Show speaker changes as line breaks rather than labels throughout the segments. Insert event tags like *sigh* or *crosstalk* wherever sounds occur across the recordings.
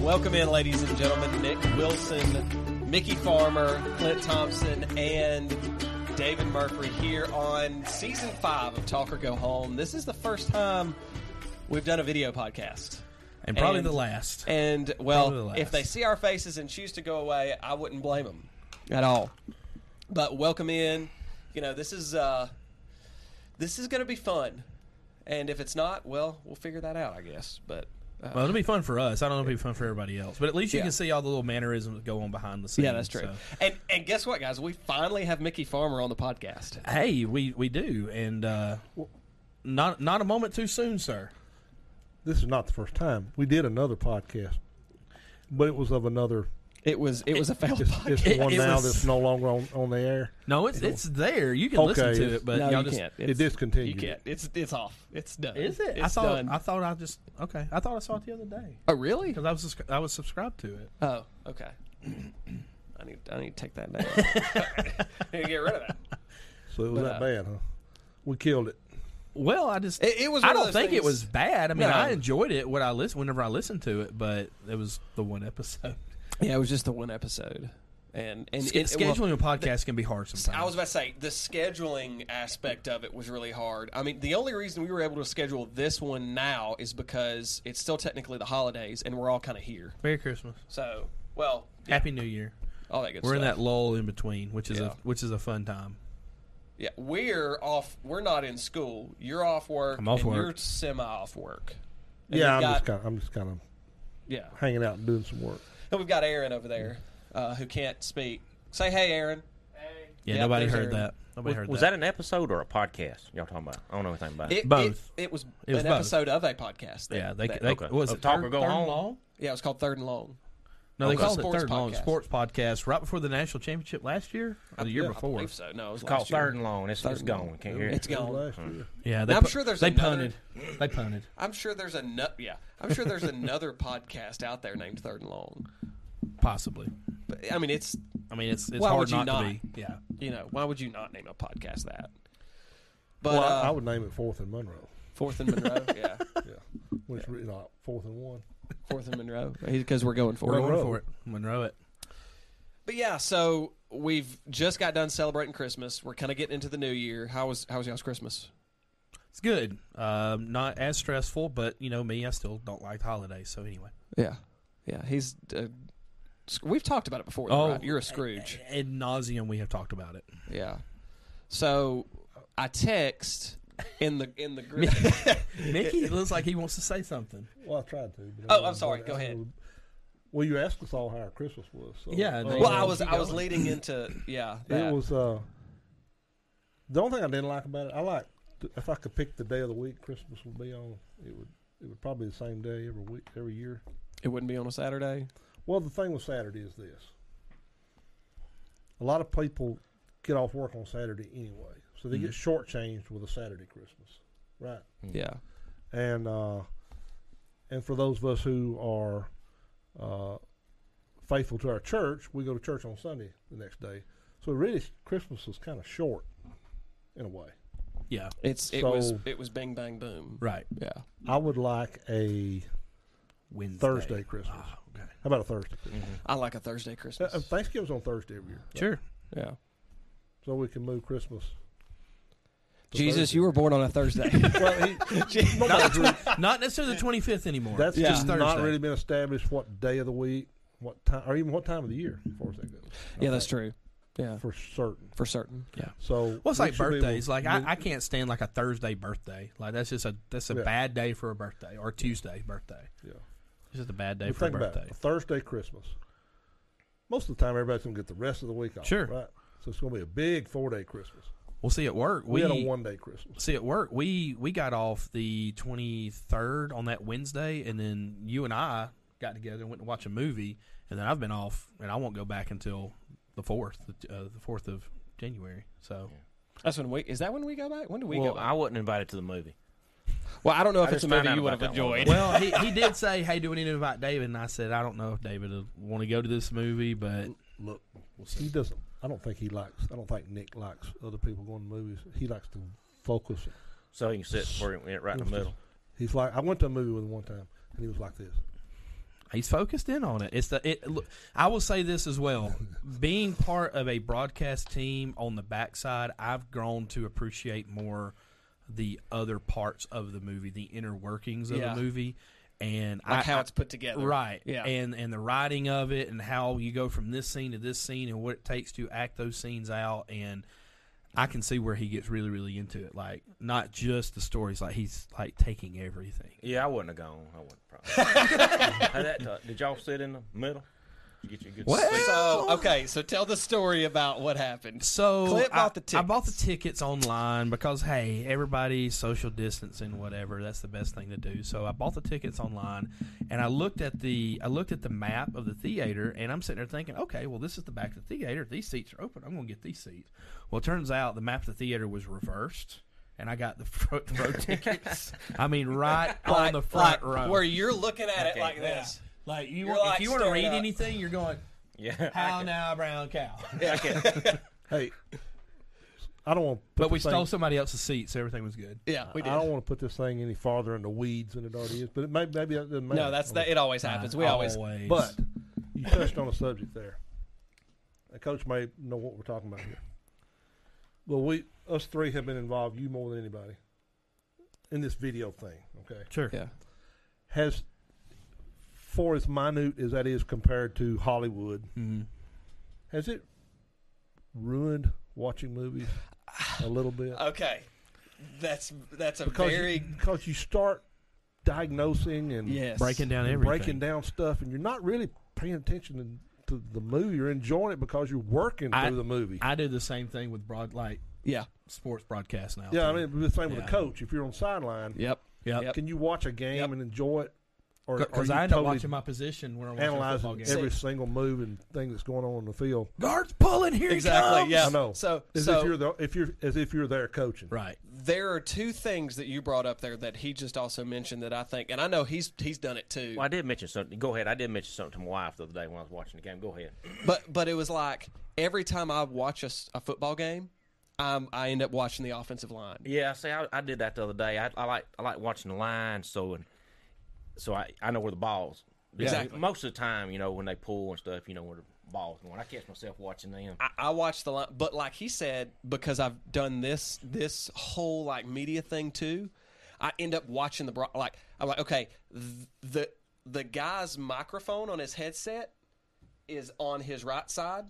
Welcome in, ladies and gentlemen, Nick Wilson, Mickey Farmer, Clint Thompson, and David Murphy here on season five of Talk or Go Home. This is the first time we've done a video podcast.
and probably
And-
the last.
And, well,
Probably the
if they
last.
see our faces and choose to go away, I wouldn't blame them at all. But welcome in. You know, this is uh, this is going to be fun. And if it's not, well, we'll figure that out, I guess. But uh,
well, it'll be fun for us. I don't know if it'll be fun for everybody else, but at least you
Yeah.
can see all the little mannerisms that go on behind the scenes.
Yeah, that's true.
so.
And and guess what, guys? We finally have Mickey Farmer on the podcast.
Hey, we we do, and uh, not not a moment too soon, sir.
this is not the first time we did another podcast, but it was of another.
It was it was a failed
It's,
podcast.
it's the
It-
one
it
now
was-
that's no longer on, on the air.
No, it's it's there. You can
Okay,
listen to
it's-
it,
*laughs*
but
no,
y'all
you
just
can't.
It discontinued.
You can't. It's it's off. It's done.
is it?
It's
I thought
done.
I thought I just okay. I thought I saw it the other day
oh really?
because I was subscri- I was subscribed to it.
Oh okay. I need I need to take that down. *laughs* I need to get rid of that.
So it was
But,
that
uh,
bad, huh? We killed it.
Well, I just
It- it was
I
one of
don't
those
think
things-
it was bad. I mean,
No.
I enjoyed it when I listen whenever I listened to it, but it was the one episode.
Yeah, it was just the one episode. And and
Sch-
it- well,
scheduling a podcast can be hard sometimes.
I was about to say the scheduling aspect of it was really hard. I mean, the only reason we were able to schedule this one now is because it's still technically the holidays, and we're all kind of here.
Merry Christmas,
So, well,
Happy New Year.
all that good
We're in
stuff.
that lull in between, which is
Yeah.
a which is a fun time.
Yeah, we're off. We're not in school. You're off work.
I'm off
and
work.
You're semi off work. And we've
Yeah, I'm
got,
just kind. Of, I'm just kind of
yeah.
hanging out and doing some work.
And we've got Aaron over there, uh, who can't speak. Say hey, Aaron.
Yeah,
Yep,
nobody
there's
heard
Aaron.
that. Nobody heard
Was that an episode or a podcast? Y'all talking about? I don't know anything about it.
It,
Both.
It, it was
It was
an
both.
episode of a podcast. that-
yeah, they,
that-
they
okay.
was
Oh,
it
Talk
Third-
or Go
Third and
Home?
Long?
yeah, it was called Third and Long.
No, they
Okay.
called it
Sports
Third and Long
podcast.
Sports Podcast right before the national championship last year or the year
Yeah, I
before.
believe so. No, it was
It's called
last year.
Third and Long. It's, it's
Third and
gone.
Long.
Can't hear
It's
it.
It was
gone.
Last year.
Yeah, they
I'm
pu-
sure there's
they
another-
punted. They punted.
I'm sure there's a nu- yeah. I'm sure there's another *laughs* podcast out there named Third and Long.
Possibly.
But I mean, it's
I mean, it's it's
Why would
hard
you
not,
not?
to be. Yeah.
you know why would you not name a podcast that? But
well,
uh,
I, I would name it Fourth and Monroe.
Fourth and Monroe, *laughs* yeah.
Yeah, when it's written out Fourth and One.
Fourth and Monroe because we're going for
We're
it.
going
Monroe.
for it. Monroe it.
But yeah, so we've just got done celebrating Christmas. We're kind of getting into the new year. How was how was y'all's Christmas?
It's good. Um, not as stressful, but you know me, I still don't like holidays. So anyway,
Yeah, yeah. He's uh, sc- we've talked about it before.
Oh.
right? you're a Scrooge.
ad nauseum, we have talked about it.
*laughs* Yeah. So I text in the in the
*laughs*
group.
Mickey looks like he wants to say something.
Well, I tried to. but I
Oh, I'm
wasn't
sorry.
gonna-
Go
I
ahead.
was- Well, you asked us all how our Christmas was. So,
Yeah,
uh,
they-
well, I was
Keep
I was
going.
leading into yeah.
It
that.
was uh, the only thing I didn't like about it. I like if I could pick the day of the week Christmas would be on. It would it would probably be the same day every week every year.
It wouldn't be on a Saturday.
Well, the thing with Saturday is this: a lot of people get off work on Saturday anyway, so they get shortchanged with a Saturday Christmas, right?
Yeah.
and uh, and for those of us who are uh, faithful to our church, we go to church on Sunday the next day. So really, Christmas was kind of short in a way.
Yeah.
It's it
So-
was it was bing bang boom.
Right.
Yeah.
I would like a
Wednesday.
Thursday Christmas.
Ah, okay.
How about a Thursday? Christmas?
I like a Thursday
Uh,
Christmas.
Uh, Thanksgiving's on Thursday every year, right? *laughs*
Sure.
yeah.
so we can move
*laughs*
Christmas. to
Jesus,
Thursday.
you were born on a Thursday.
Well, *laughs* he-
Not necessarily the 25th anymore.
that's
Yeah.
just not
Thursday.
really been established what day of the week, what time, or even what time of the year, as far as that goes.
yeah, that's true. Yeah,
for certain.
for certain.
yeah.
So
Well, it's
we
like
should be able-
birthdays. Like I, I can't stand like a Thursday birthday. Like that's just a that's a
Yeah.
bad day for a birthday or Tuesday birthday.
yeah.
It's just a bad day
Well,
for a
think about it.
birthday.
Thursday, Christmas. Most of the time, everybody's going to get the rest of the week off.
Sure.
Right? So it's going to be a big four day Christmas.
We'll see at work.
We,
We,
had a one day Christmas.
see at work. We we got off the twenty third on that Wednesday, and then you and I got together and went to watch a movie, and then I've been off, and I won't go back until the fourth, the, uh, the fourth of January. So
That's when we. Is that when we go back? When do we
well,
go?
I
Back?
wasn't invited to the movie.
well, I don't know if
I
it's a
just found
movie
out
you would have
about that one.
enjoyed.
well, he, he did say, "Hey, do we need to invite David?" And I said, "I don't know if David will want to go to this movie, but
Look, he doesn't. I don't think he likes. I don't think Nick likes other people going to movies. He likes to focus.
So you can sit where it went right in the middle.
He's like, I went to a movie with him one time, and he was like this.
He's focused in on it. It's the it. Look, I will say this as well. Being part of a broadcast team on the backside, I've grown to appreciate more the other parts of the movie, the inner workings of
Yeah.
the movie, and
like
I,
how
I-
it's put together,
right,
Yeah,
and and the writing of it, and how you go from this scene to this scene, and what it takes to act those scenes out, and I can see where he gets really, really into it. Like not just the stories, like he's like taking everything.
Yeah, I wouldn't have gone. I wouldn't probably. How that, uh, did y'all sit in the middle? You get your good
Well,
sleep.
So okay, so tell the story about what happened.
So
Clint bought
I,
the tickets.
I bought the tickets online because hey, everybody's social distancing, whatever. That's the best thing to do. So I bought the tickets online, and I looked at the I looked at the map of the theater, and I'm sitting there thinking, okay, well this is the back of the theater. These seats are open. I'm going to get these seats. Well, it turns out the map of the theater was reversed, and I got the *laughs* front row
*laughs*
tickets. I mean, right on the front
like,
row.
where you're looking at it like this.
like you,
you're
want-
like
if you want to
staring
read
up.
anything, you're going.
yeah.
How now, brown cow?
Hey, I don't want. to put
But we
this thing-
stole somebody else's seat, so everything was good.
Yeah, we did.
I don't want to put this thing any farther in the weeds than it already is. But it may, maybe that doesn't matter.
No, that's that. It always happens. We always.
But you touched on a subject there. And Coach may know what we're talking about here. Well, we us three have been involved, you more than anybody, in this video thing. Okay,
sure.
*laughs* Yeah.
has for as minute as that is compared to Hollywood,
Mhm.
has it ruined watching movies a little bit?
Okay, that's that's a
Because
very
you, because you start diagnosing and
yes
Breaking down
and
everything.
breaking down stuff, and you're not really paying attention to, to the movie. You're enjoying it because you're working
I-
through the movie.
I do the same thing with broad like
Yeah.
sports broadcast now.
yeah, I
too.
mean, it'd be the same with
Yeah.
a coach. If you're on sideline,
Yep.
Yep.
Yep.
can you watch a game
Yep.
and enjoy it? Or are
because
you
I end up
totally
watching my position when I'm watching a football
analyzing
game.
every single move and thing that's going on on the field?
Guards pulling here. he
Exactly.
comes!
Yeah.
I know.
So
as
so
if you're the, if you're as if you're there coaching.
Right.
there are two things that you brought up there that he just also mentioned that I think, and I know he's he's done it too.
Well, I did mention something. Go ahead. I did mention something to my wife the other day when I was watching the game. Go ahead.
But but it was like every time I watch a, s- a football game, um, I end up watching the offensive line.
Yeah, see, I, I did that the other day. I, I like I like watching the line, so and so I, I know where the balls. Because
Exactly.
Most of the time, you know, when they pull and stuff, you know where the balls going. I catch myself watching them.
I, I watch the line, but like he said, because I've done this this whole like media thing too, I end up watching the bro- like I'm like okay th- the the guy's microphone on his headset is on his right side.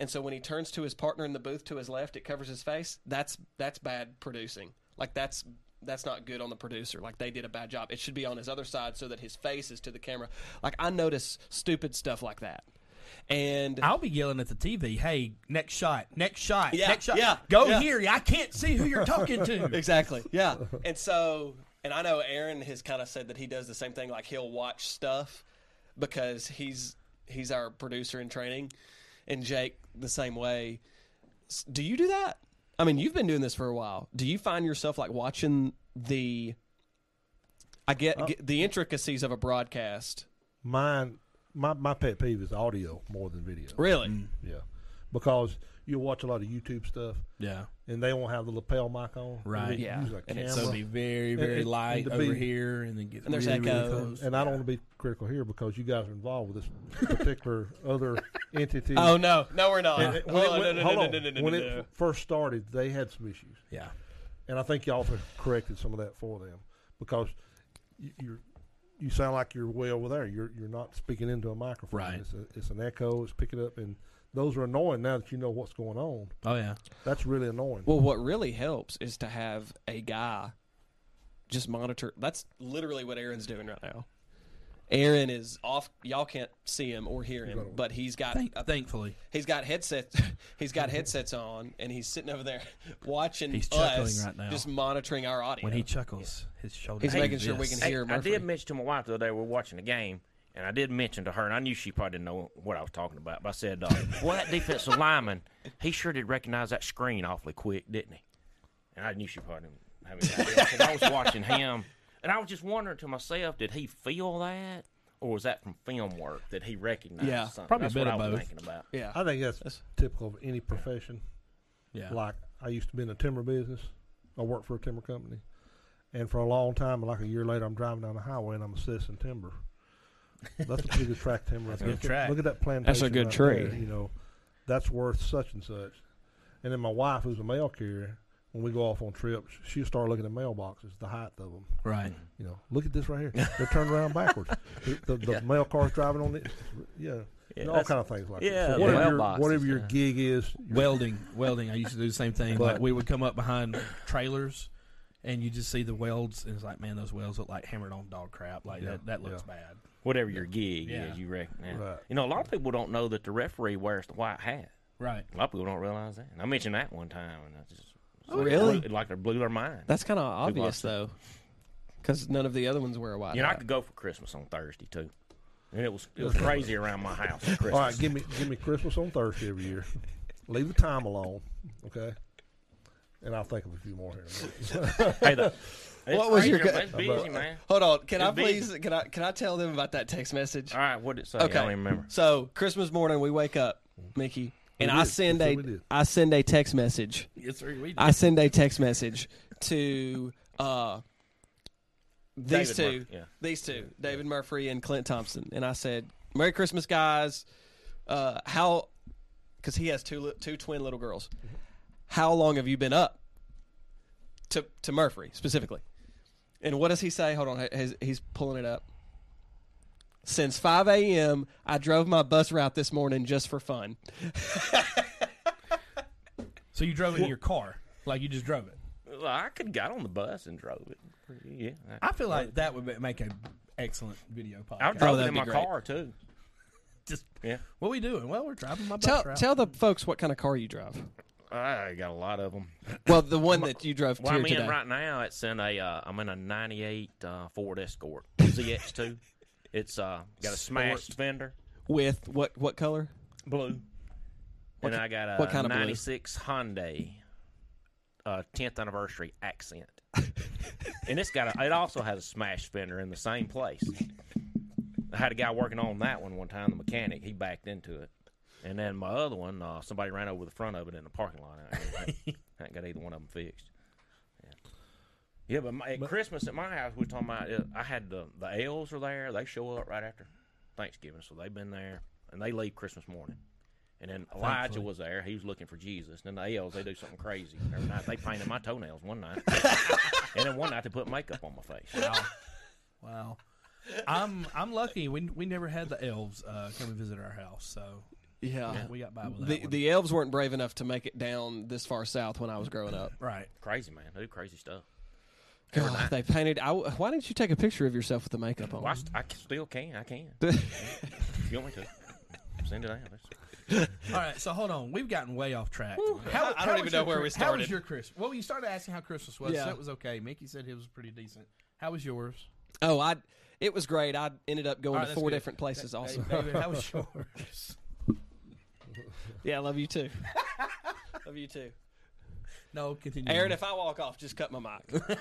And so when he turns to his partner in the booth to his left, it covers his face. That's that's bad producing. Like that's that's not good on the producer. Like they did a bad job. It should be on his other side so that his face is to the camera. Like I notice stupid stuff like that. And
I'll be yelling at the TV, "Hey, next shot, next shot,
Yeah,
next shot,
yeah,
go
yeah.
here! I can't see who you're talking to."
*laughs* exactly. Yeah. And so, and I know Aaron has kind of said that he does the same thing. Like he'll watch stuff because he's he's our producer in training, and Jake the same way. S- Do you do that? I mean, you've been doing this for a while. Do you find yourself like watching the? I get,
Uh,
get the intricacies of a broadcast.
Mine, my my pet peeve is audio more than video.
Really?
Yeah, because you watch a lot of YouTube stuff
yeah.
and they won't have the lapel mic on.
Right.
They
Yeah.
Use a
And
camera.
it's
So it'd be very,
And-
very
and-
light
and to
over
be-
here, and then get
And there's
really, really
echoes.
close.
And I don't want to be critical here because you guys are involved with this
*laughs*
particular other entity.
Oh no, no, we're not.
And it- when it
Oh, no,
went-
no, no,
hold
no,
on.
no, no, no,
When
no,
it
no.
f- first started, they had some issues,
Yeah.
and I think y'all have corrected some of that for them because you, you're. You sound like you're way over there. You're you're not speaking into a microphone.
Right.
It's, a, it's an echo. It's picking up, and those are annoying now that you know what's going on.
Oh yeah.
That's really annoying.
Well, what really helps is to have a guy just monitor. That's literally what Aaron's doing right now. Aaron is off. Y'all can't see him or hear him, but he's got
Thank,
a
thankfully,
he's got headsets *laughs* he's got headsets on and he's sitting over there *laughs* watching
He's chuckling
us
right now.
just monitoring our audio
when he chuckles, his shoulder.
He's
goes
making sure
this.
we can
Hey,
hear
I
Murphy.
did mention to my wife the other day we were watching the game, and I did mention to her, and I knew she probably didn't know what I was talking about. But I said, uh, "Well, that defensive lineman, he sure did recognize that screen awfully quick, didn't he?" And I knew she probably didn't have any idea. I said, I was watching him, and I was just wondering to myself, did he feel that, or was that from film work that he recognized?
Yeah,
something?
probably a
That's
bit
what
of
I was
both.
thinking about.
yeah
I think that's, typical of any profession.
Yeah.
Like I used to be in the timber business. I worked for a timber company, and for a long time, like a year later, I'm driving down the highway and I'm assessing timber. That's a pretty good track timber. that's
good track.
Look at that plantation.
That's a good
right
trade.
there, you know, that's worth such and such. And then my wife, who's a mail carrier, when we go off on trips, she'll start looking at mailboxes, the height of them.
right.
You know, look at this right here. They're turned around backwards. The, the, the mail car's driving on it. Yeah, and all
that's-
kind of things like
yeah,
that. So
the
whatever, your,
mailboxes,
whatever your
yeah.
gig is,
Welding, welding. I used to do the same thing.
But-
like we would come up behind trailers, and you just see the welds, and it's like, man, those welds look like hammered on dog crap. Like that, that looks bad.
Whatever your gig
Yeah.
is, you recognize.
Right.
You know, a lot of people don't know that the referee wears the white hat.
Right.
A lot of people don't realize that. And I mentioned that one time, and I just
Oh, really?
blew, like it blew their mind.
that's kind of obvious
watched it.
though because none of the other ones were a white
you know, I
hat.
could go for Christmas on Thursday too, and it was it was crazy around my house.
*laughs*
at Christmas.
all right, give me give me Christmas on Thursday every year. Leave the time alone, okay? And I'll think of a few more here. in a minute. *laughs*
Hey, the, it's
What was your
crazy,
go-
It's busy, man.
hold on can i
It'd be-
please can i can i tell them about that text message
All right, what did it say?
okay
I don't even remember.
so christmas morning we wake up mickey and
We
i
did.
send
That's
a
what we did.
i send a text message
Yes, sir. We
i send a text message to uh these
David
two
Murphy, yeah.
these two david murphy and clint thompson and i said merry christmas guys uh how because he has two li- two twin little girls how long have you been up to to murphy specifically and what does he say hold on he's, he's pulling it up since 5 a.m i drove my bus route this morning just for fun
So you drove it in your car, like you just drove it.
Well, I could got on the bus and drove it. Yeah,
Oh,
I,
I feel like that would ma- make an excellent video podcast.
I drove it
that'd
in
be
my
great.
car too.
just
Yeah,
what we doing? Well, we're driving my bus
tell
route.
tell the folks what kind of car you drive
I got a lot of them.
well the one that you drove
Well,
here
I'm
today
in right now. It's in a. Uh, I'm in a '98 uh,
*laughs*
Ford Escort ZX2. It's uh, got a smashed fender,
with what what color
blue, and I got a
what kind of blue?
'96 Hyundai uh, 10th anniversary
*laughs*
accent. and it's got a. It also has a smashed fender in the same place. I had a guy working on that one one time. The mechanic he backed into it, and then my other one, uh, somebody ran over the front of it in the parking lot.
*laughs*
out here. I ain't got either one of them fixed. Yeah, but, my, at Christmas at my house, we were talking about. Uh, I had the the elves are there. They show up right after Thanksgiving, so they've been there, and they leave Christmas morning. And then Elijah
Thankfully.
was there. He was looking for Jesus. And then the elves, they do something crazy every night. They painted my toenails one night, and then one night they put makeup on my face.
Wow. wow. I'm I'm lucky. We we never had the elves uh, come and visit our house, so
yeah
we got by with that.
The,
one.
the elves weren't brave enough to make it down this far south when I was growing
*laughs*
up.
right.
Crazy man, they do crazy stuff.
God, they painted. I, why didn't you take a picture of yourself with the makeup on?
Well, I, st- I c- still can. I can. if you want me to? Send it out.
All right. So hold on. We've gotten way off track.
I- I don't
was
even
your
know where
Chri-
we
How
started.
was your Christmas? Well, you started asking how Christmas was.
Yeah.
So that was okay. Mickey said it was pretty decent. How was yours?
oh, I. It was great. I ended up going
All right,
to
that's
four
good.
different places. also,
David, how was yours?
yeah, I love you too. *laughs* love you too,
No, continue.
Aaron.
on.
If I walk off, just cut my mic.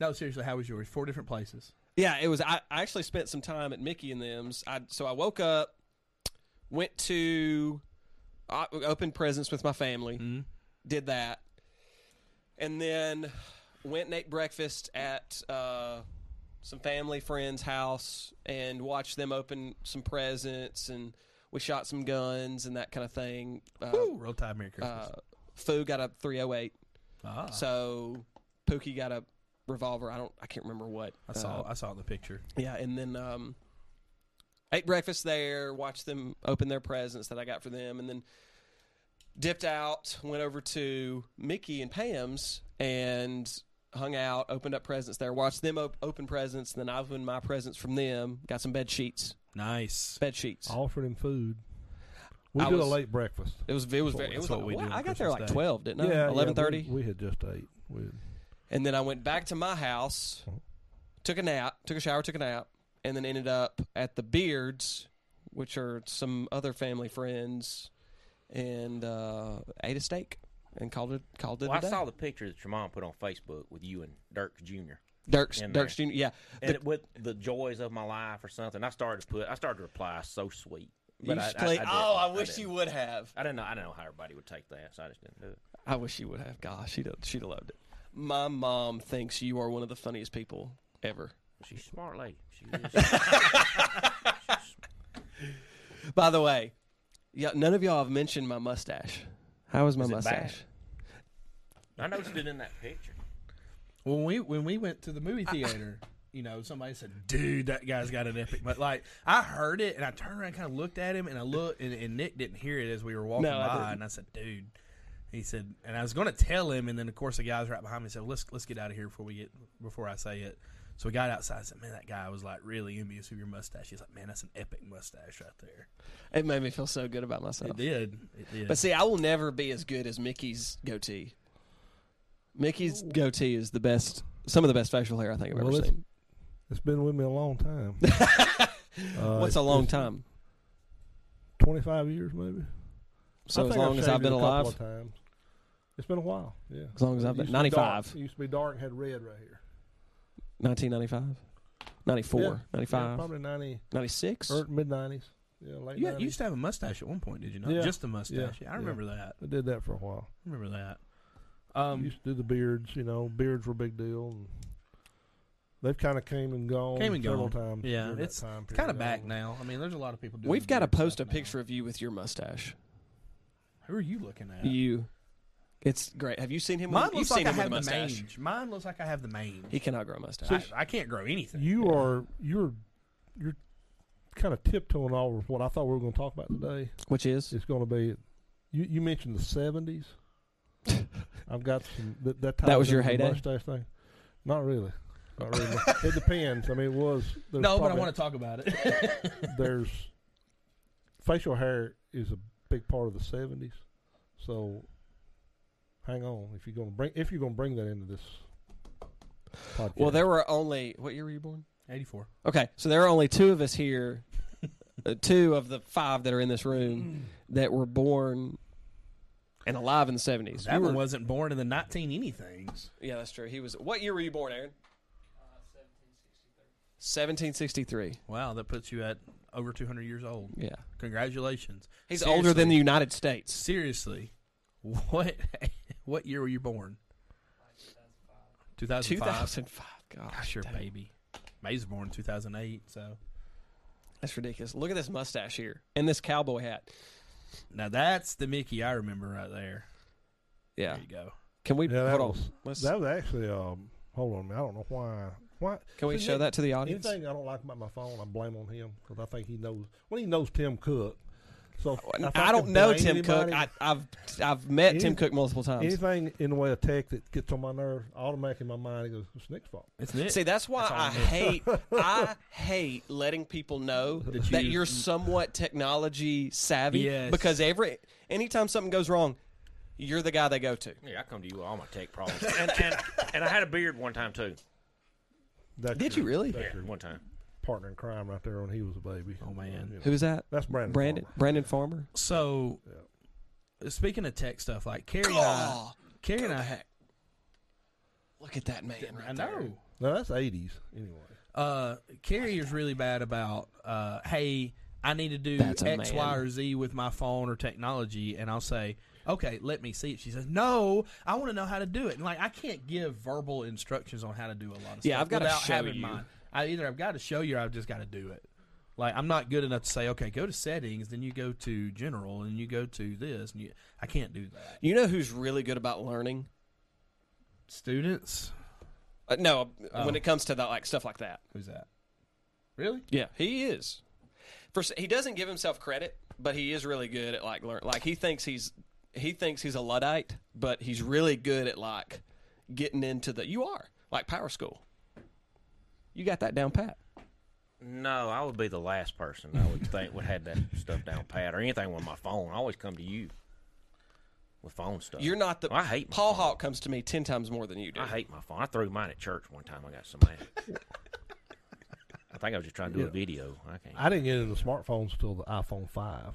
no, seriously, how was yours? Four different places.
yeah, it was. I, I actually spent some time at Mickey and them's. I so I woke up, went to, I opened presents with my family,
Mm-hmm.
did that, and then went and ate breakfast at. Uh, some family friends' house and watched them open some presents, and we shot some guns and that kind of thing. Uh,
Ooh, roll tide, Merry
uh,
Christmas.
Foo got a 308,
ah,
so Pookie got a revolver. I don't, I can't remember what.
I saw
Uh,
I saw it in the picture.
yeah, and then um, ate breakfast there, watched them open their presents that I got for them, and then dipped out, went over to Mickey and Pam's, and hung out, opened up presents there, watched them op- open presents, then I opened my presents from them, got some bed sheets,
Nice.
bed sheets.
I
Oh,
offered him food. We
I
did a
was-
late breakfast.
It was it was
That's
very, it was
what
like,
we
what?
do on
I got there like
Christmas Day.
twelve, didn't I? Eleven thirty,
we, we had just ate. We had-
and then I went back to my house, took a nap, took a shower, took a nap, and then ended up at the Beards, which are some other family friends, and uh, ate a steak and called it called it
Well,
a
I
day.
saw the picture that your mom put on Facebook with you and Dirk Jr.
Dirk's
in
Dirk's Jr. Yeah,
and
the,
it, with the joys of my life or something. I started to put. I started to reply so sweet.
you
But I,
should play-
didn't.
oh, I wish
didn't.
you would have.
I didn't know. I didn't know how everybody would take that, so I just didn't do it.
I wish you would have. Gosh, she'd have, she'd have loved it. My mom thinks you are one of the funniest people ever.
She's a smart lady. She
*laughs*
is.
By the way, yeah, none of y'all have mentioned my mustache. How is my
Is it
mustache?
I noticed it in that picture.
When we when we went to the movie theater, you know, somebody said, "Dude, that guy's got an epic." But like, I heard it and I turned around, kind of looked at him, and I looked, and, and Nick didn't hear it as we were walking
No, I
by,
didn't.
and I said, "Dude." He said, and I was going to tell him, and then of course the guys right behind me said, "Let's let's get out of here before we get before I say it." So we got outside. I said, "Man, that guy was like really envious of your mustache." He's like, "Man, that's an epic mustache right there."
It made me feel so good about myself.
It did. It did.
But see, I will never be as good as Mickey's goatee. Mickey's goatee is the best, some of the best facial hair I think I've
Well,
ever
it's-
seen.
It's been with me a
*laughs*
long time. Uh,
What's a long time?
Twenty-five years, maybe. I
So as
think
long as
shaved
I've been
it a couple
alive,
of times. It's been a while. Yeah.
as long as I've
It used to
been
be
95,
dark. It used to be dark and had red right here.
1995, 94,
Yeah, yeah,
95,
probably ninety
96.
or mid nineties. Yeah, late
you, you
nineties.
used to have a mustache at one point, did you not?
Yeah.
Just a mustache. Yeah, I
yeah.
remember that.
I did that for a while.
I remember that. Um,
used to do the beards. You know, beards were a big deal. And they've kind of came and gone
Came and
several
gone.
times.
Yeah,
during that
it's-
time
It's kind of
period.
back now. I mean, there's a lot of people doing.
We've got to
weird stuff
post a
now.
picture of you with your mustache.
Who are you looking at?
You, it's great. Have you seen him?
Mine
with, you've
looks
seen
like I
him with
have
a
the
mustache.
mange. Mine looks like I have the mange.
He cannot grow a mustache.
I, I can't grow anything.
You are you're you're kind of tiptoeing all over what I thought we were going to talk about today.
Which is
It's going to be you. You mentioned
*laughs*
the seventies. I've got some that that,
That was
ties
your
into the
heyday?
mustache thing. Not really. Not really. it depends. I mean, it was. there's
no, but I
probably-
want to talk about it.
*laughs*
*laughs*
there's facial hair is a big part of the seventies. So hang on if you're gonna bring if you're gonna bring that into this podcast.
well, there were only what year were you born?
Eighty-four.
Okay, so there are only two of us here, uh, two of the five that are in this room that were born and alive in the seventies.
That one wasn't born in the nineteen anything's.
Yeah, that's true. He was. What year were you born, Aaron? Seventeen sixty-three.
Wow, that puts you at over two hundred years old.
Yeah,
Congratulations.
he's
Seriously.
older than the United States.
Seriously, what *laughs* what year were you born?
Two
Two thousand five.
thousand five. Gosh,
Gosh, your
dang.
baby. May's born two thousand eight. So
That's ridiculous. Look at this mustache here and this cowboy hat.
now that's the Mickey I remember right there.
Yeah.
There you go.
Can we
Yeah, that
hold
was-
on? Let's,
that was actually um hold on a minute, I don't know why why
can we
See,
show that to the audience?
anything I don't like about my phone I blame on him because I think he knows well he knows Tim Cook. So if- if
I don't
can
know
blame
Tim Cook.
anybody-
I, I've I've met Tim
Any-
Cook multiple times.
Anything in the way of tech that gets on my nerves, automatically in my mind, it goes, it's Nick's fault.
It's
*laughs*
Nick.
See, that's why
That's all
I
it is.
*laughs* hate I hate letting people know that,
That you-
you, are somewhat technology savvy
Yes.
because every anytime something goes wrong, you're the guy they go to.
Yeah, I come to you with all my tech problems. and, and and I had a beard one time too.
That's
Did
your-
you really?
That's your
One time.
partner in crime right there when he was a baby.
Oh, man.
You know.
Who is that?
That's Brandon.
Brandon
Farmer.
Brandon Farmer.
So, speaking of tech stuff, like Carrie and I,
Oh,
Carrie and I, ha-
Look at that man right
I
there.
know.
No, that's eighties anyway.
Uh, Carrie is really bad about, uh, hey, I need to do
That's
X,
a
Y,
man.
or Z with my phone or technology, and I'll say, okay, let me see it. She says, no, I want to know how to do it, and like I can't give verbal instructions on how to do a lot of stuff.
Yeah, I've gotta
without
show
having
you.
mine. I either I've got to show you, or I've just got to do it. Like I'm not good enough to say, okay, go to settings, then you go to general, and you go to this, and you, I can't do that.
You know who's really good about learning?
Students,
Uh, no,
Oh.
when it comes to that like stuff like that.
who's that? Really?
Yeah, he is. For s- he doesn't give himself credit, but he is really good at like learn. Like he thinks he's he thinks he's a luddite, but he's really good at like getting into the. You are like power school. You got that down pat.
No, I would be the last person I would think would have that stuff down pat or anything with my phone. I always come to you with phone stuff.
You're not the.
I hate my
Paul
phone.
Hawk comes to me ten times more than you do.
I hate my phone. I threw mine at church one time. I got so mad.
*laughs*
I think I was just trying to do a video. I can't.
I didn't get into smartphones until the iPhone five.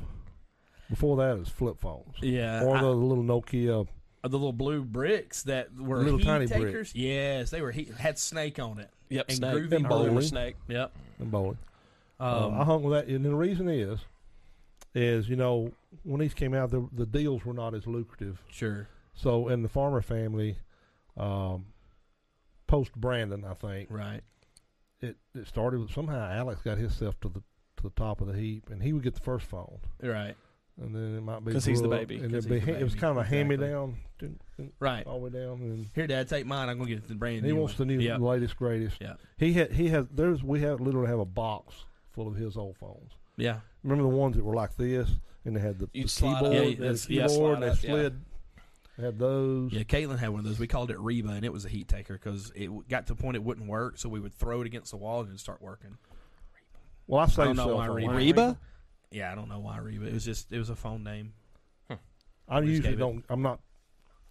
Before that, it was flip phones.
Yeah,
Or
I-
the little Nokia.
Of the little blue bricks that were
Little
heat
tiny brick.
takers. Yes, they were heat, had snake on it.
Yep,
and
snake.
groovy
I remember
bowling.
snake.
Yep.
and bowling. Uh,
Um,
I hung with that, and the reason is, is you know when these came out, the the deals were not as lucrative.
Sure.
So in the farmer family, um, post Brandon, I think
Right.
it it started with somehow Alex got himself to the to the top of the heap, and he would get the first phone,
Right.
and then it might be
'Cause he's the
Brooke,
baby.
and
'Cause
it'd be,
he's the
ha- it was
baby.
kind of a
Exactly.
hand me down, didn't- didn't-
Right.
all the way down, and
Here, Dad, take mine. I'm gonna get the brand
he
new.
wants the
one.
new
Yep.
latest greatest.
Yeah.
He had he has there's we have literally have a box full of his old phones.
Yeah.
Remember the ones that were like this, and they had the, the
You'd slide
keyboard,
up.
Yeah,
they had
that's-
the
yeah,
keyboard,
slide
and
up,
they
yeah.
slid. They had those.
Yeah, Caitlin had one of those. We called it Reba, and it was a heat taker because it w- got to the point it wouldn't work, so we would throw it against the wall and it'd start working.
Well, I
I
saved
don't know
cell
why
phone.
Reba.
Reba?
Yeah, I don't know why Reba. It was just it was a phone name.
I
We just
usually
gave it-
don't. I'm not.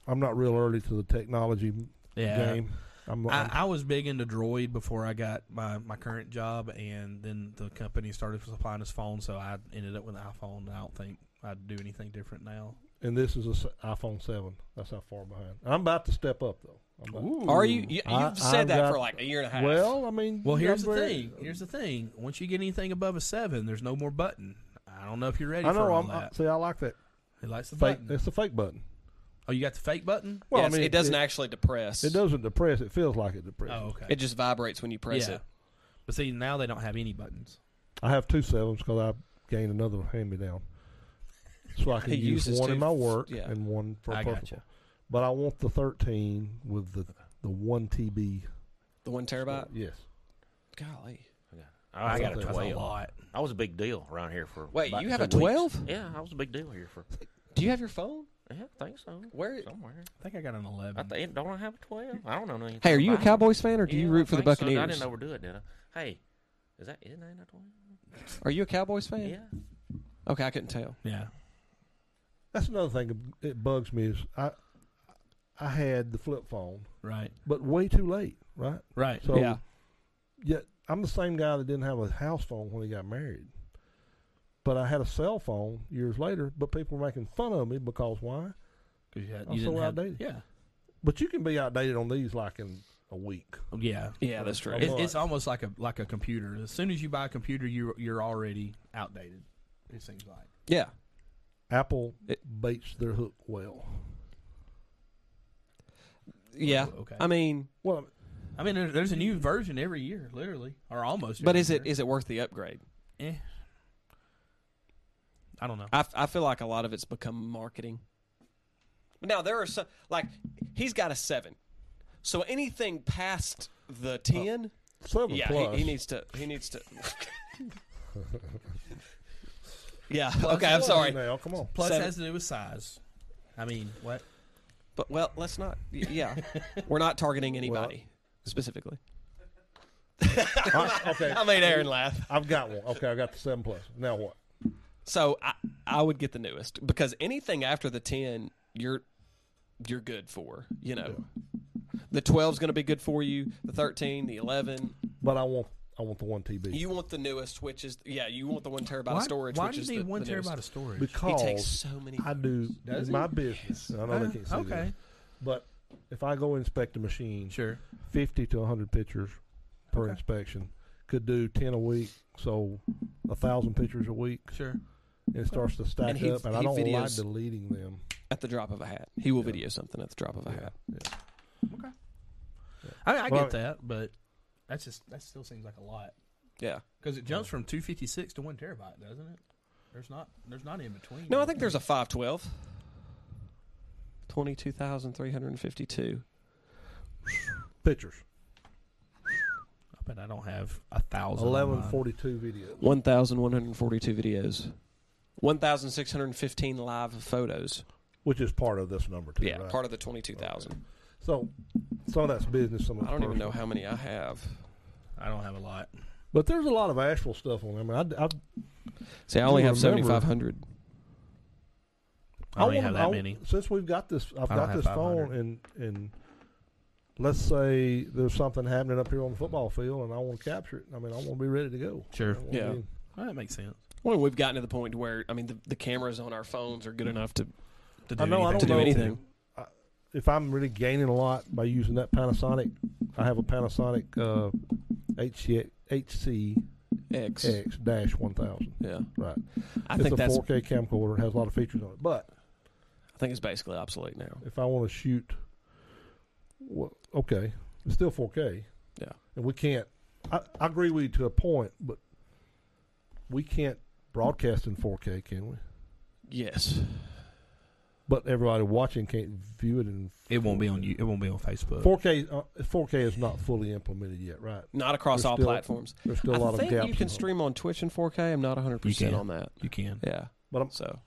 I'm not real early to the technology
Yeah.
game. I'm,
I,
I'm
I was big into Droid before I got my, my current job, and then the company started supplying us phones, so I ended up with an iPhone. And I don't think I'd do anything different now.
and this is a s- iPhone seven. That's how far behind. I'm about to step up though. I'm about-
Are you? you
I-
you've said
I've
that
got-
for like a year and a half.
Well, I mean,
Well, here's
I'm
the
very-
thing. Here's the thing. Once you get anything above a seven, there's no more button. I don't know if you're ready
I
for
know.
all
I'm. I,
that.
see, I like that
He likes the
fake.
button.
It's the fake button.
Oh, you got the fake button?
Well,
Yes,
I mean,
it doesn't
It,
actually depress.
it doesn't depress. It feels like it depresses.
Oh, okay.
It just vibrates when you press
yeah.
it.
But see, now they don't have any buttons.
I have two sevens because I gained another hand me down,
*laughs*
so I can
He
use
uses
one in
two.
my work
Yeah.
and one for
I
personal.
gotcha.
But I want the thirteen with the the one TB.
The one terabyte.
Yes,
Golly.
I, I got
That's
a
a
That's a
twelve.
lot.
I was a big deal around here for.
Wait,
about
you have a
two weeks.
12?
Yeah, I was a big deal here for.
Do you have your phone?
Yeah, I think so.
Where-
Somewhere.
I think I got an
I
11.
th- don't I have a twelve? I don't know anything.
Mm-hmm. Hey, are you a
about it.
Cowboys fan or do you
Yeah,
root
I
for the
think so. I
Buccaneers?
didn't overdo it, did I? Hey, is that isn't that a twelve?
Are you a Cowboys fan?
Yeah.
Okay, I couldn't tell.
Yeah.
that's another thing that bugs me is I I had the flip phone,
Right.
but way too late, right?
Right.
So
Yeah.
yet I'm the same guy that didn't have a house phone when he got married. But I had a cell phone years later, but people were making fun of me because why?
'Cause you, had,
I'm
you
so
didn't have,
outdated.
Yeah.
But you can be outdated on these like in a week.
Oh, Yeah.
Yeah, that's true.
It's,
But-
it's almost like a like a computer. As soon as you buy a computer, you you're already outdated. It seems like.
yeah.
Apple
It-
baits their hook well.
Yeah.
Oh, okay.
I mean,
Well,
I mean, there, there's a new version every year, literally, or almost.
but
every
is it
year.
is it worth the upgrade?
Eh. I don't know.
I, I feel like a lot of it's become marketing. Now there are some like he's got a seven, so anything past the ten,
seven
yeah,
plus.
he, he needs to he needs to. yeah.
Plus
Okay. I'm
Plus
sorry.
Now,
*laughs*
come on.
Plus,
Seven-
it has to do with size. I mean, what?
But well, let's not. y- Yeah, we're not targeting anybody specifically.
I- okay,
I made Aaron laugh.
I've got one. Okay, I got the seven plus. Now what?
So I I would get the newest because anything after the ten, you're you're good for. You know, the 12's going to be good for you. The thirteen, the eleven.
But I want I want the one TB
You want the newest, which is yeah. You want the one terabyte
why,
of storage.
Why
which
do you
is
need
the,
one
the
terabyte
newest.
of storage?
because
He takes so many.
I do
Does
in
he?
my business. and I know
Uh,
they can't see
okay.
this, but if I go inspect a machine,
Sure.
fifty to hundred pictures per
Okay.
inspection could do ten a week, so a thousand pictures a week.
Sure.
It starts to stack
And he-
up, and I
he
don't like
videos-
deleting them.
at the drop of a hat. He will video something at the drop of a hat.
I mean, I
Well,
get that, but that's just that still seems like a lot
Yeah.
because it jumps from two fifty six to one terabyte, doesn't it? There's not there's not in between.
No, I think there's a five twelve. Twenty two thousand three hundred fifty two.
Pictures,
I bet I don't have a thousand.
eleven
online.
forty-two videos.
1,142 videos, 1,615 live photos.
which is part of this number too.
Yeah,
right?
part of the 22,000.
So, some of that's business. Some of
I
it's
don't even
personal.
know how many I have.
I don't have a lot.
But there's a lot of Asheville stuff on there. I mean, I, I,
See, I only
You
have
remember.
seventy five hundred.
I don't
wanna-
even have that
I-
many.
Since we've got this, I've
I don't
got
have
this phone,
500.
and and let's say there's something happening up here on the football field, and I want to capture it. I mean, I want to be ready to go.
Sure.
I wanna
Yeah.
be-
Well, that makes sense.
Well, we've gotten to the point where I mean, the, the cameras on our phones are good enough to
To
I know
anything.
I don't
to do
know
anything.
if I'm really gaining a lot by using that Panasonic, I have a Panasonic uh, HC, HCX
X.
dash one thousand.
Yeah,
Right.
I
it's
think
a
that's.
4K camcorder. It has a lot of features on it. But
I think it's basically obsolete now.
if I want to shoot, well, okay, it's still 4K.
Yeah.
And we can't. I, I agree with you to a point, but we can't broadcast in 4K, can we?
Yes.
But everybody watching can't view it in.
It won't be on you. It won't be on Facebook.
4K. Uh, 4K is not fully implemented yet, right?
Not across
There's
all
still-
platforms.
There's still a lot
I think
of gaps.
you can
in it.
stream on Twitch in 4K. I'm not 100 percent
You can.
on that.
you can.
Yeah.
But I'm-
so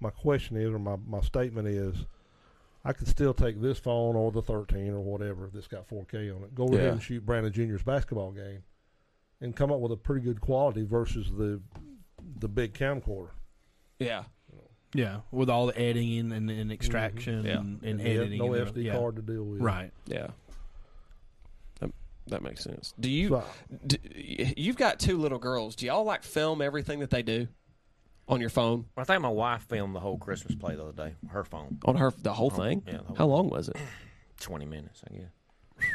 my question is, or my, my statement is, I could still take this phone or the 13 or whatever that's got 4K on it, go ahead
Yeah.
and shoot Brandon Jr.'s basketball game, and come up with a pretty good quality versus the the big camcorder.
yeah,
Yeah, with all the editing and, and extraction
Mm-hmm.
Yeah.
and, and
they have
editing.
no
and
SD
yeah.
card to deal with.
Right.
yeah. That, that makes sense. Do you?
So I-
d you've got two little girls. Do y'all like film everything that they do on your phone
I think my wife filmed the whole Christmas play the other day. Her phone,
on her the whole thing?
yeah, the whole-
How long was it?
twenty minutes, I guess.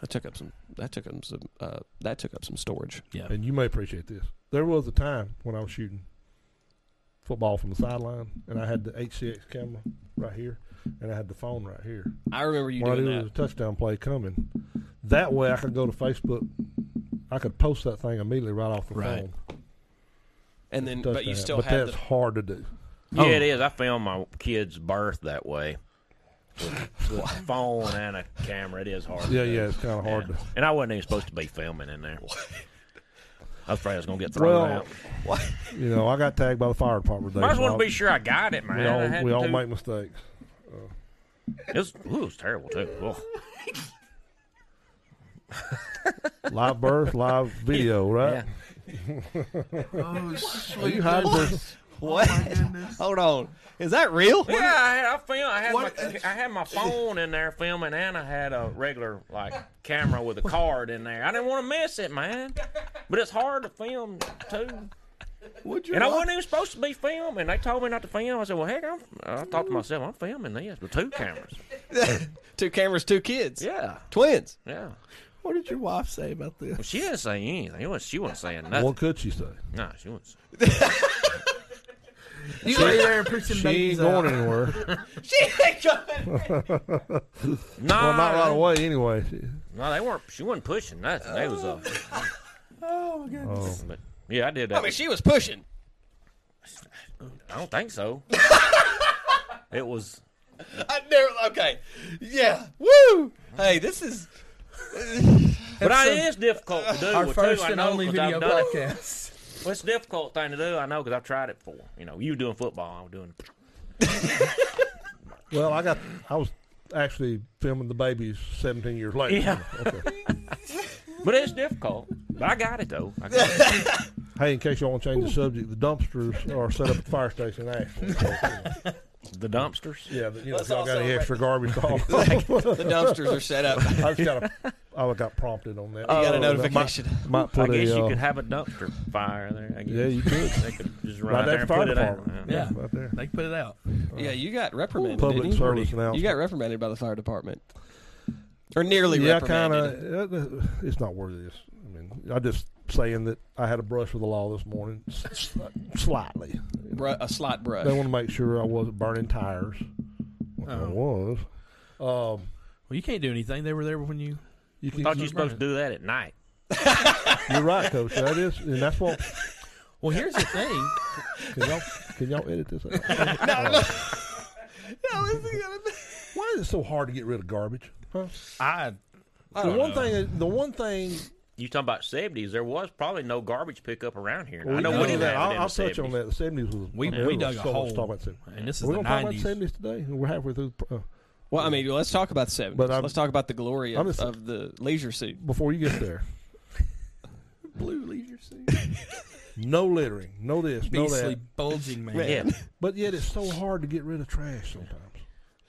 That took up some. That took up some. Uh, that took up some storage.
Yeah.
and you may appreciate this. There was a time when I was shooting football from the sideline, and I had the HCX camera right here, and I had the phone right here.
I remember you
What I
doing
knew there
that.
was a touchdown play coming. That way, I could go to Facebook. I could post that thing immediately right off the
Right.
phone.
and then, but you
touchdown.
still
but
had
that's *laughs*
the.
hard to do.
Yeah,
Oh.
it is. I filmed my kid's birth that way. With, with a phone and a camera, it is hard.
Yeah,
to do.
yeah, it's kind of hard to.
And I wasn't even supposed to be filming in there. I was afraid I was gonna get thrown
Well,
out.
You know, I got tagged by the fire department. today,
Might as
so
well
I-
be sure I got it, man.
We
I
all
had
we all
to.
make mistakes.
it, was, ooh, it was terrible too. Ugh.
Live birth, live video, right?
Yeah.
Oh,
Are you hiding this?
What? *laughs* Hold on. Is that real?
Yeah, I had, I, film, I, had my, I had my phone in there filming, and I had a regular like camera with a card in there. I didn't want to miss it, man. But it's hard to film too.
Would
And I wasn't even supposed to be filming. They told me not to film. I said, "Well, heck, I'm." I thought to myself, "I'm filming this with two cameras."
two cameras, two kids.
Yeah,
Twins.
yeah.
What did your wife say about this?
Well, she didn't say anything. She wasn't, she wasn't saying nothing.
What could she say?
no, she wasn't.
You lay there and picture
She ain't going anywhere.
No,
well, not right away, anyway.
No, they weren't. She wasn't pushing nothing. They was uh,
Oh.
but, yeah, I did that.
I mean, she was pushing. *laughs*
I don't think so. it was.
I never. Okay. Yeah. Woo. Hey, this is.
But I, it is difficult to do.
Our
with
first
two, I
and
know,
only
'cause I've
video
done it.
podcast.
Well, it's a difficult thing to do. I know because I've tried it before. You know, you doing football, I'm doing.
Well, I got. I was actually filming the babies 17 years later.
Yeah.
Okay.
But it's difficult. But I got it though. I got it.
Hey, in case you want to change the subject, the dumpsters are set up at the fire station in
*laughs*
Asheville. So,
the dumpsters.
yeah, but, you know,
Let's
if y'all got
also
any
rec-
extra garbage
*laughs*
dogs.
The dumpsters are set up. You
I just got a, I got prompted on that. You
got a notification.
Might, might
I
put
guess
a,
you
uh,
could have a dumpster fire there. I guess.
Yeah, you could.
They could just run
Right
out there
at
and
the
put
fire
it out.
department.
Yeah.
right there.
They put it out.
Yeah, you got reprimanded.
Public
didn't you?
service
You
announcement.
got reprimanded by the fire department, or nearly
yeah, kind
reprimanded.
of. uh, It's not worth this. I mean, I just saying that I had a brush with the law this morning, s- s- slightly.
Bru- a slight brush.
They want to make sure I wasn't burning tires. Which I
Oh.
was. Um,
Well, you can't do anything. They were there when you.
you
I
can,
thought you were supposed to do that at night.
you're right, coach. That is, and that's what.
Well, here's the thing.
Can y'all, can y'all edit this? Out?
*laughs*
Why is it so hard to get rid of garbage? Huh?
I
The one thing, is- the one thing
You talking about seventies? There was probably no garbage pickup around here. I know
we can
we
do
didn't
that.
have it
I'll,
in
I'll
the
touch
70s.
on that. The seventies was
We-
I mean,
we
there
dug
was
a
so much
hole.
to Talk about 70s.
and this is
We're
the
gonna talk about
nineties.
seventies today. We're halfway through. Uh,
Well, I mean, let's talk about the 70s.
But I'm-
let's talk about the glory
I'm
of,
just-
of the leisure suit.
Before you get there,
*laughs* Blue leisure suit.
*laughs* no littering, no this, no
Beastly
that.
bulging man.
Yeah.
But yet it's so hard to get rid of trash sometimes.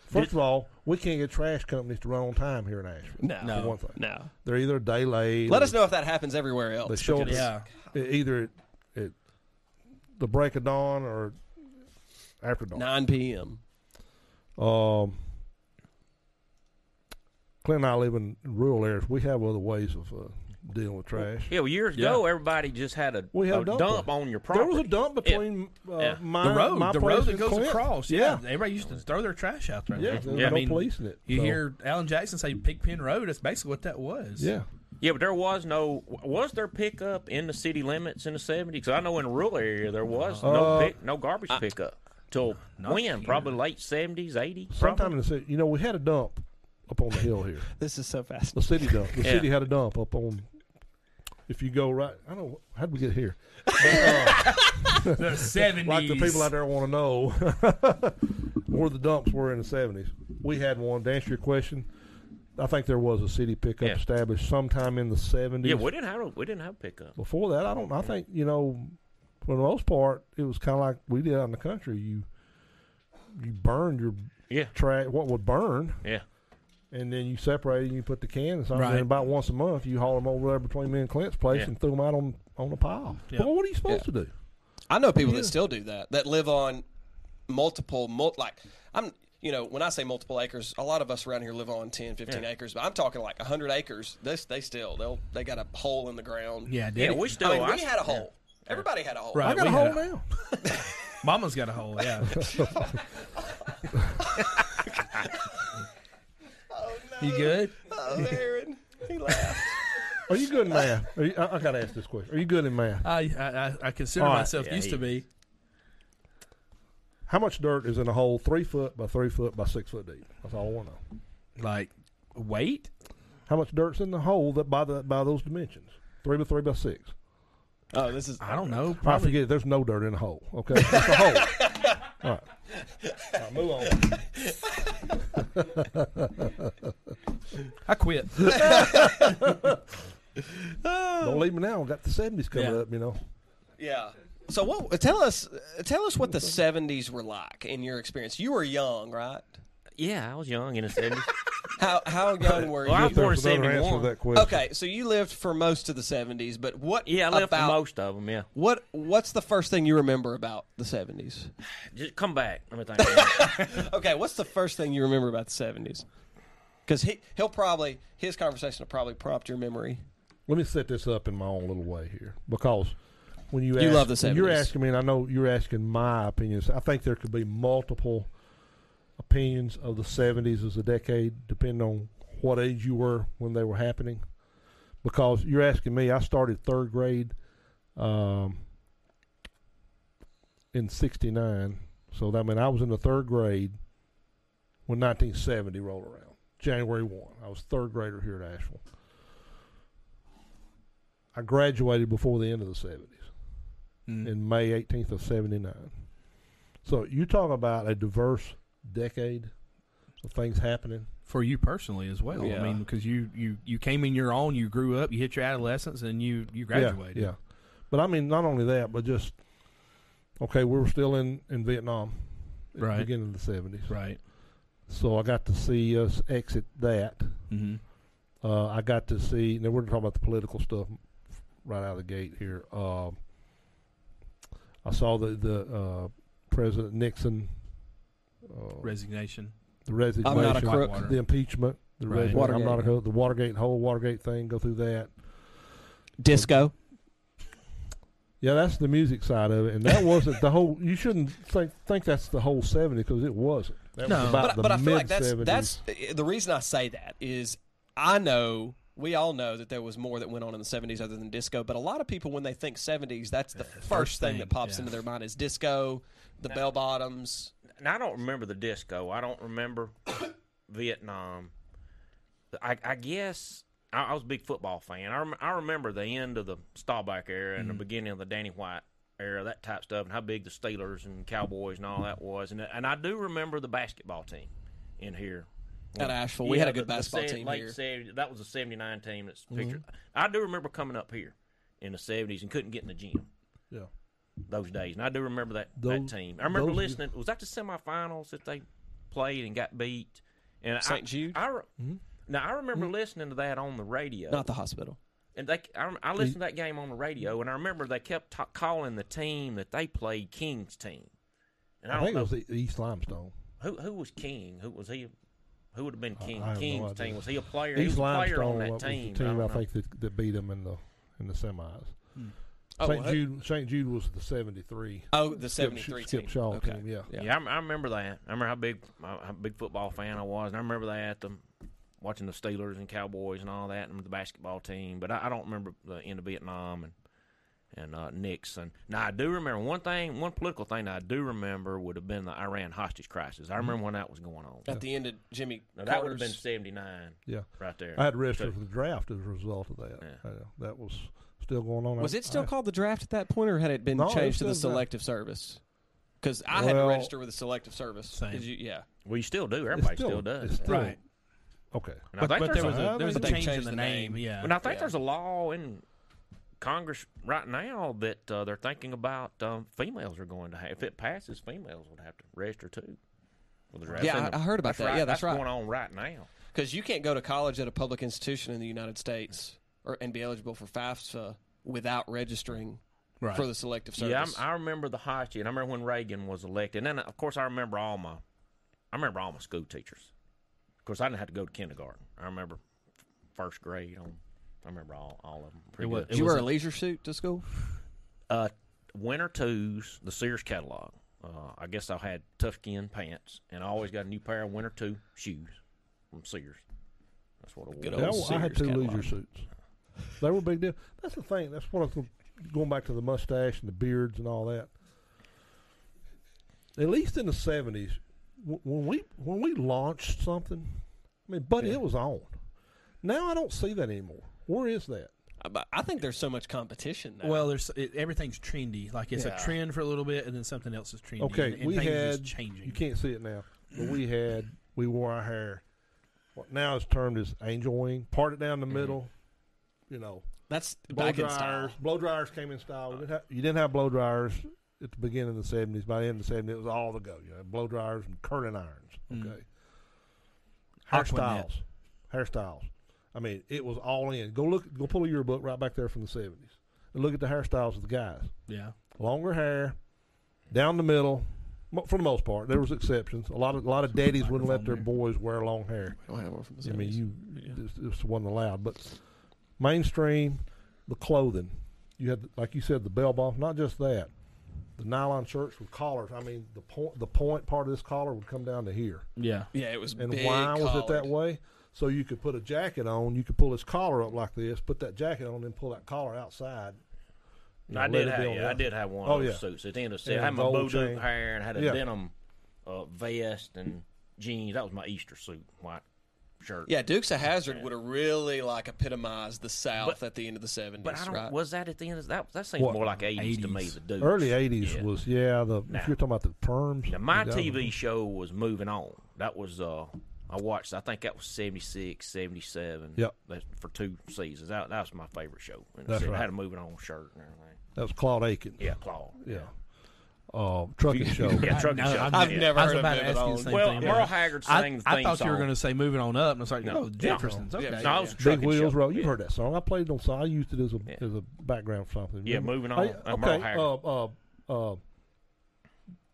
First of all, we can't get trash companies to run on time here in Asheville.
No.
for
No.
one thing. They're either a day late.
Let
or
us know if that happens everywhere else.
They show up
because-
Yeah.
e- either at, at the break of dawn or after dawn.
9 p.m.
Um, Clint and I live in rural areas. We have other ways of uh, dealing with trash.
Yeah, well, years ago, everybody just had a,
We had
a
a dump
dump,
one.
on your property.
There was a dump
Yeah.
between uh,
Yeah.
my
The road,
my
the
place
road that
and
goes
Clint.
across.
Yeah,
Yeah. everybody used to throw their trash out there.
yeah. There was
Yeah.
no
I mean,
police in it.
You
so-
hear Alan Jackson say Pigpen Road. That's basically what that was.
yeah.
Yeah, but there was no. Was there pickup in the city limits in the seventies? Because I know in rural area there was no
Uh,
pick, no garbage pickup till
not
when?
here.
Probably late seventies, eighties.
Sometime in the city, you know, we had a dump up on the
*laughs*
hill here.
This is so
The
fascinating.
city dump. The
Yeah.
city had a dump up on. If you go right, I don't. How'd we get here?
The 70s.
*laughs* like the people out there want to know *laughs* where the dumps were in the 70s. We had one. To answer your question, I think there was a city pickup
Yeah.
established sometime in the 70s.
Yeah, we didn't have we didn't have pickup.
Before that, I don't. I think you know, for the most part, it was kind of like we did out in the country. You you burned your
Yeah,
trash. What would burn,
yeah,
and then you separated and you put the cans on.
Right.
And about once a month, you haul them over there between me and Clint's place
Yeah.
and threw them out on on a pile.
Yep.
Well, what are you supposed to do?
I know people that still do that, that live on multiple, mul- like, I'm, you know, when I say multiple acres, a lot of us around here live on 10, 15 acors, but I'm talking like 100 acres. This, they still, they'll, they got a hole in the ground.
Yeah,
yeah.
did
We
I
still.
mean, Oh, we
I-
had a hole. Everybody Uh, had a hole.
Right.
I got a
we had
hole now.
Mama's got a hole.
*laughs*
Yeah. *laughs* You good?
Oh, Aaron. He laughed.
Are you good in math? Are you, I, I gotta ask this question. Are you good in math?
I I, I- I consider
All right.
myself
Yeah,
used to
he
be.
How much dirt is in a hole three foot by three foot by six foot deep? That's all I want to know.
Like weight.
How much dirt's in the hole that by the by those dimensions? Three by three by six.
*laughs* oh, this is.
I don't know.
I forget. it. There's no dirt in a hole. Okay, it's a hole. *laughs* All right. All right, move on.
I quit.
Mm. Don't leave me now. Got the seventies coming
Yeah.
up. You know.
Yeah. So what? Tell us. Tell us what the '70s were like in your experience. You were young, right?
yeah, I was young in
*laughs*
the seventies.
How
*laughs*
how young were
Well, I
you?
was born in
There's another
seventy
answer to
one.
that question.
Okay, so you lived for most of the '70s, but what?
Yeah, I lived
about,
for most of them. Yeah,
What What's the first thing you remember about the '70s?
just come back. Let me
*laughs*
think. about it.
Okay, what's the first thing you remember about the '70s? Because he he'll probably his conversation will probably prompt your memory.
Let me set this up in my own little way here because when you
You
ask,
love the
when you're
70s.
asking me, and I know you're asking my opinions. I think there could be multiple opinions of the '70s as a decade, depending on what age you were when they were happening. Because you're asking me, I started third grade um, in '69, so that mean I was in the third grade when 1970 rolled around, January one. I was third grader here at Asheville. I graduated before the end of the seventies
Mm.
in May eighteenth of seventy nine. So you talk about a diverse decade of things happening.
for you personally as well.
Yeah.
I mean, because you, you you came in your own, you grew up, you hit your adolescence, and you you
Yeah,
graduated.
Yeah, But I mean not only that, but just okay, we were still in, in Vietnam at
Right.
the beginning of the seventies.
Right.
So I got to see us exit that.
Mm-hmm.
Uh, I got to see. Now we're talking about the political stuff right out of the gate here. Um I saw the the uh, President Nixon, uh,
Resignation.
the resignation,
I'm not a
Water.
crook.
the impeachment, the
Right.
resignation. I'm not a
Watergate.
crook. The Watergate the whole Watergate thing. Go through that.
Disco.
Yeah, that's the music side of it, and that wasn't the whole. You shouldn't think think that's the whole '70s because it wasn't. That
No.
was about
but,
the
but I
mid
feel like that's
70s.
that's eh, the reason I say that is I know we all know that there was more that went on in the 70s other than disco but a lot of people when they think 70s that's the first, thing,
thing,
that pops
yeah.
into their mind is disco the bell bottoms
and I don't remember the disco. I don't remember *coughs* Vietnam. I, I guess I, I was a big football fan. I, rem, I remember the end of the Staubach era
Mm-hmm.
and the beginning of the Danny White era, that type stuff, and how big the Steelers and Cowboys and all that was. And and I do remember the basketball team in here
at Asheville. We had a good
the- the
basketball
se-
team
late
here. Mm-hmm.
70 that was a 79 team that's pictured. I do remember coming up here in the 70s and couldn't get in the gym
Yeah.
those days. And I do remember that,
Those-
that team. I remember
those-
listening. Was that the semifinals that they played and got beat? And I-
St. Jude?
I, re-
Mm-hmm.
Now, I remember listening to that on the radio.
Not the hospital.
and they, I, rem- I listened
Mm-hmm.
to that game on the radio, and I remember they kept ta calling the team that they played King's team. And I,
I
don't
think
know
it was the East Limestone.
who who was King? Who was he? Who would have been King?
I have no
King's
idea.
team was he a player? he was
East
a player on
Limestone
that
was
team.
the team I,
don't know. Hmm.
think that, that beat them in the in the semis.
Oh,
St.
what?
Jude St. Jude was the seventy three.
Oh, the
Skip-
73
Skip
team.
Shaw
okay.
team, yeah.
Yeah, I, rem- I remember that. I remember how big uh, how how big football fan I was, and I remember that the, watching the Steelers and Cowboys and all that, and the basketball team. But I, I don't remember the end of Vietnam and and uh, Nixon. Now I do remember one thing, one political thing that I do remember would have been the Iran hostage crisis. I remember when that was going on.
At the end of Jimmy
Now, that would have been
Carter's-
seventy nine,
Yeah.
right there.
I had registered for the draft as a result of that.
Yeah.
Uh, that was still going on.
Was
I-
it still
I-
called the draft at that point, or had it been
No, it
changed to the
was still draft.
selective service? Because I had to
Well-
register with the selective service.
Same.
Did you- yeah.
Well, you still do.
it's
Everybody still, does.
it's still-
Right.
Okay.
And I think
But
there's
there was
a-
a,
I
there was a
mean,
they
change in
changed
the
the
name.
name.
Yeah.
And I think
Yeah.
there's a law in Congress right now that uh, they're thinking about um, females are going to have. If it passes, females would have to register too. for the draft.
Yeah,
And
I- I heard about that. Yeah, that's right.
going on right now.
Because you can't go to college at a public institution in the United States or and be eligible for FAFSA without registering
Right.
for the selective
Yeah,
service.
I'm, I remember the hostage, and I remember when Reagan was elected. And then, of course, I remember all my, I remember all my school teachers. Of course, I didn't have to go to kindergarten. I remember first grade. On, I remember all, all of them. Pretty
was-
good.
Did you wear a leisure suit to school?
Uh, winter twos, the Sears catalog. Uh, I guess I had tough skin pants, and I always got a new pair of winter two shoes from Sears. That's what Oh, I wore.
Good
Yeah,
old
I- I had
Sears
two
catalog.
leisure suits. They were a big deal. That's the thing. That's what I'm going back to the mustache and the beards and all that. At least in the seventies, when we when we launched something, I mean, buddy, it was on. Now I don't see that anymore. Where is that?
I- but I think there's so much competition now.
Well, there's it, everything's trendy. Like it's
Yeah.
a trend for a little bit, and then something else is trendy.
Okay,
and, and
we
things
had
is changing.
You can't see it now, but we had we wore our hair. What now is termed as angel wing, parted down the
Mm-hmm.
middle. You know,
that's
blow
back in style.
dryers. Blow dryers came in
Uh.
style. We didn't have, you didn't have blow dryers at the beginning of the seventies. By the end of the seventies, it was all the go. You had blow dryers and curling irons.
Mm-hmm.
Okay,
Aquanet.
hairstyles, hairstyles. I mean, it was all in. Go look. Go pull a yearbook right back there from the seventies and look at the hairstyles of the guys.
Yeah.
Longer hair, down the middle. mo- For the most part, there was exceptions. A lot of a lot of daddies wouldn't let their boys wear long hair.
I don't have one from the
I mean,
70s.
you this, this wasn't allowed, but mainstream, the clothing. You had, like you said, the bell bottom. Not just that, the nylon shirts with collars. I mean, the point, the point part of this collar would come down to here.
Yeah.
yeah, it was
And
big
why was it
collared.
that way? So you could put a jacket on. You could pull this collar up like this, put that jacket on, and pull that collar outside. You know,
I
let
did
it be
have,
on the
yeah, I
outside.
did have one
Oh,
of those
yeah.
suits. At the end of the season,
And
I had my
gold
Boudouk
chain.
hair and had a
Yeah.
denim uh, vest and jeans. That was my Easter suit, white shirt.
Yeah, Dukes of Hazard would have really like epitomized the South at the end of the seventies,
but I don't.
right?
Was that at the end? of That that seems
What?
more like eighties to me.
80s.
The dudes.
Early '80s
Yeah.
was yeah. The
Nah.
if you're talking about the perms.
Now my
that was-
TV show was moving on. That was uh I watched I think that was 76, 77.
Yep.
That, for two seasons. That, that was my favorite show. And
That's
it
right.
had a moving on shirt and everything.
That was Claude Aiken.
Yeah, Claw.
Yeah. Uh, trucking show.
*laughs* Yeah, truck
No,
show.
I'm-
I've
yeah.
never
I was
heard of
about
it
to
at
ask you
all.
the same
Well,
thing.
Merle
Yeah.
Haggard sang
I,
the
I
theme
thought you were
song.
going to say moving on up, and I was like,
No.
oh,
Yeah.
Jefferson's okay.
No, I was a
Big
trucking
Wheels
show.
Roll. You
Yeah.
heard that song. I played it on. So I used it as a
Yeah.
as a background for something.
Yeah,
Remember?
moving on.
Hey,
Uh, Merle
okay.
Haggard.
Uh, uh, uh,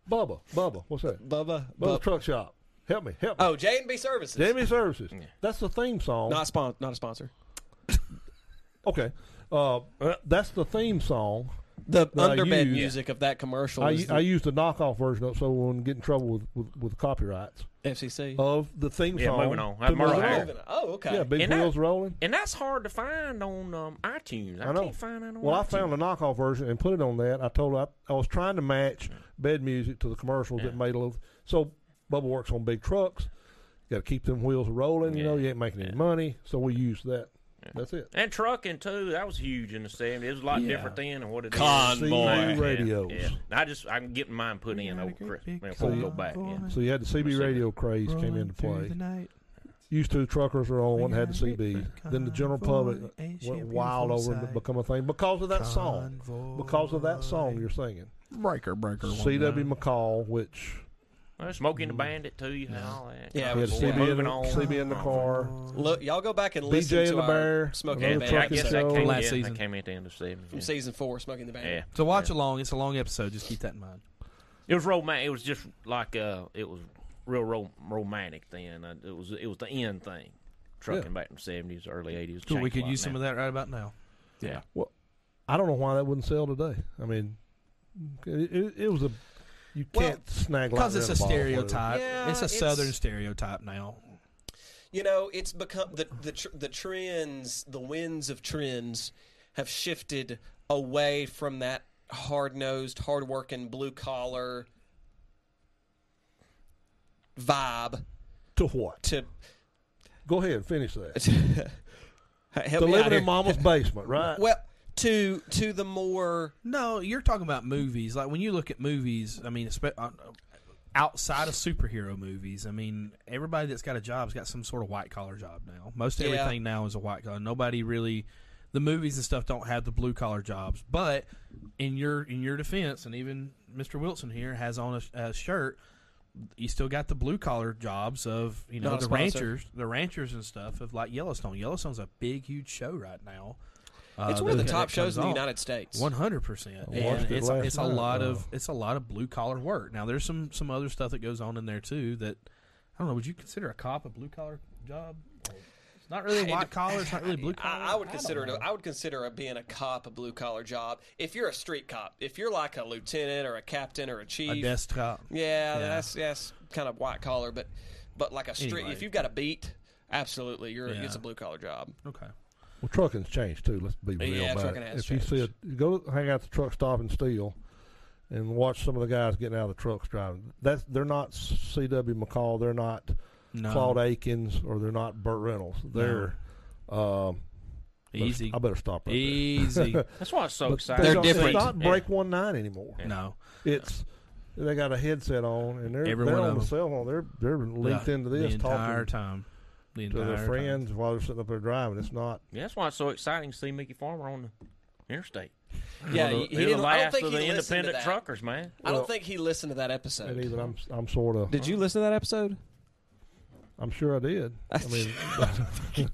Bubba, Bubba, what's that?
Bubba,
Bubba
Bub-
Truck Shop. Help me, help me.
oh J and B Services,
Jamie Services. That's the theme song.
not spon- not a sponsor.
okay. Uh, that's the theme song.
The
That I
underbed
use-
music of that commercial
I,
Oh, is
u- I used the knockoff version of it so we wouldn't get in trouble with, with, with copyrights
the FCC.
of the theme
Yeah,
song.
moving on.
to
That's Merle
Moving On.
Haggard.
oh, okay.
Oh, Yeah, Big
And that-
Wheels Rolling.
And that's hard to find on um, iTunes. I,
I know.
can't find that on
Well, I
iTunes.
found the knockoff version and put it on that. I told her I, I was trying to match bed music to the commercials that made a little. So Bubba works on big trucks. You got to keep them wheels rolling. You know, you ain't making any money, so we use that. That's it.
And trucking too, that was huge in the seventies. It was a lot different then than what it is.
Convoy.
now.
CB radios.
Yeah, yeah. I just I can get mine put in over Christmas before we go back. Yeah.
So you had the CB radio craze came into play.
night.
used to truckers are all one had the
Convoy
CB. Then the general public
and
went
champion
wild
from
over it to
sight.
become a thing because of that song. Because of that song you're singing.
breaker breaker. one
C.W.
time.
McCall, which
Well, Smoking the Bandit too, you know, all that.
Mm. Yeah,
he
it
had
was
Boy,
CB in,
moving
the,
on.
CB in the car.
Look, y'all go back and listen
BJ
to
and the
our
Bear,
Smoking
Yeah,
the
another
but
Bandit
I guess that
show.
came,
Last
in,
season.
that came at the end of the season.
from
Yeah.
season four, Smoking the Bandit.
yeah.
So watch
yeah.
along. It's a long episode. Just keep that in mind.
It was romantic. It was just like uh, it was real ro- romantic then. Uh, it was it was the end thing. Trucking back in the seventies, early eighties.
So we could use some of that right about now.
I don't know why that wouldn't sell today. I mean, it, it, it was a you
Well,
can't snag lightning
Because it's
in
a
bottle, whatever.
stereotype.
Yeah,
it's a
it's-
southern stereotype now.
You know, it's become the the tr- the trends, the winds of trends, have shifted away from that hard nosed, hard working, blue collar vibe
To
*laughs*
what?
to
Go ahead, finish that.
help
To
me out
living
here.
in mama's basement, right?
well, to to the more
No, you're talking about movies. Like when you look at movies, I mean, espe- uh, outside of superhero movies, I mean, everybody that's got a job's got some sort of white collar job now. Most
Yeah.
everything now is a white collar. Nobody really, the movies and stuff don't have the blue collar jobs. But in your in your defense, and even Mr. Wilson here has on a, a shirt. You still got the blue collar jobs of you know
Not a
the
sponsor.
ranchers, the ranchers and stuff of like Yellowstone. Yellowstone's a big, huge show right now. Uh,
it's one of the
that-
top
that
shows
comes
in the
on.
United States.
One hundred percent.
I watched
And
it
it's
last
it's a
night.
lot of it's a lot of blue collar work. Now there's some some other stuff that goes on in there too that I don't know. Would you consider a cop a blue collar job? It's not really white collar. It's not really blue collar.
I, I would
don't
consider it.
know.
A, I would consider a, being a cop a blue collar job. If you're a street cop, if you're like a lieutenant or a captain or a chief,
a desktop.
yeah, that's that's kind of white collar. But but like a street,
Anyway.
if you've got a beat, absolutely, you're
Yeah.
it's a blue collar job.
Okay.
Well, trucking's changed too. Let's be real
Yeah,
about
trucking
it.
has
If you see
changed.
a, you go hang out at the truck stop and steal, and watch some of the guys getting out of the trucks driving. That's they're not C.W. McCall. They're not
No.
Claude Akins, or they're not Burt Reynolds. They're um, better-
Easy.
I better stop right there.
Easy.
That's why it's so
But
exciting.
They're
don't-
different.
It's not break one nine anymore.
no.
It's they got a headset on and they're
Every
they're
one of
on the
them.
cell phone. They're they're *laughs* linked
The-
into this
the entire
talking
time. The
to
entire
their
time.
friends while they're sitting up there driving. It's not
Yeah, that's why it's so exciting to see Mickey Farmer on the interstate.
Yeah,
They're
he,
the-
he
they're
didn't.
the
I
last
don't think
of
he listened
the
to
independent
that.
truckers, man.
I don't think he listened to that episode.
and even I'm I'm sort of
Did you listen to that episode?
I'm sure I did. I
*laughs*
mean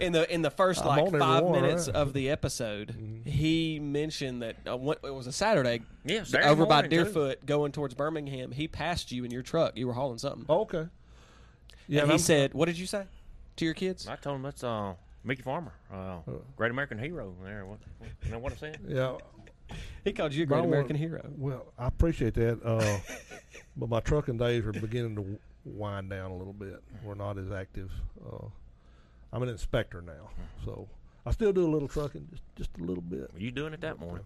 in the in the first
I'm
like
on every
five
one,
minutes
right? Mm-hmm.
of the episode, he mentioned that uh, what, it was a Saturday
Yeah,
over
Saturday
by
morning, too.
Deerfoot, going towards Birmingham. He passed you in your truck. You were hauling something.
oh, okay.
and
Yeah, and
he
I'm-
said, "What did you say to your kids?"
I told him that's uh, Mickey Farmer, uh, great American hero. There, what, what- you know what I'm saying?
yeah.
He called you a
but I
great
want-
American hero.
Well, I appreciate that. Uh, *laughs* but my trucking days are beginning to wind down a little bit. We're not as active. Uh, I'm an inspector now,
Mm-hmm.
so I still do a little trucking, just just a little bit.
Were you doing it that morning?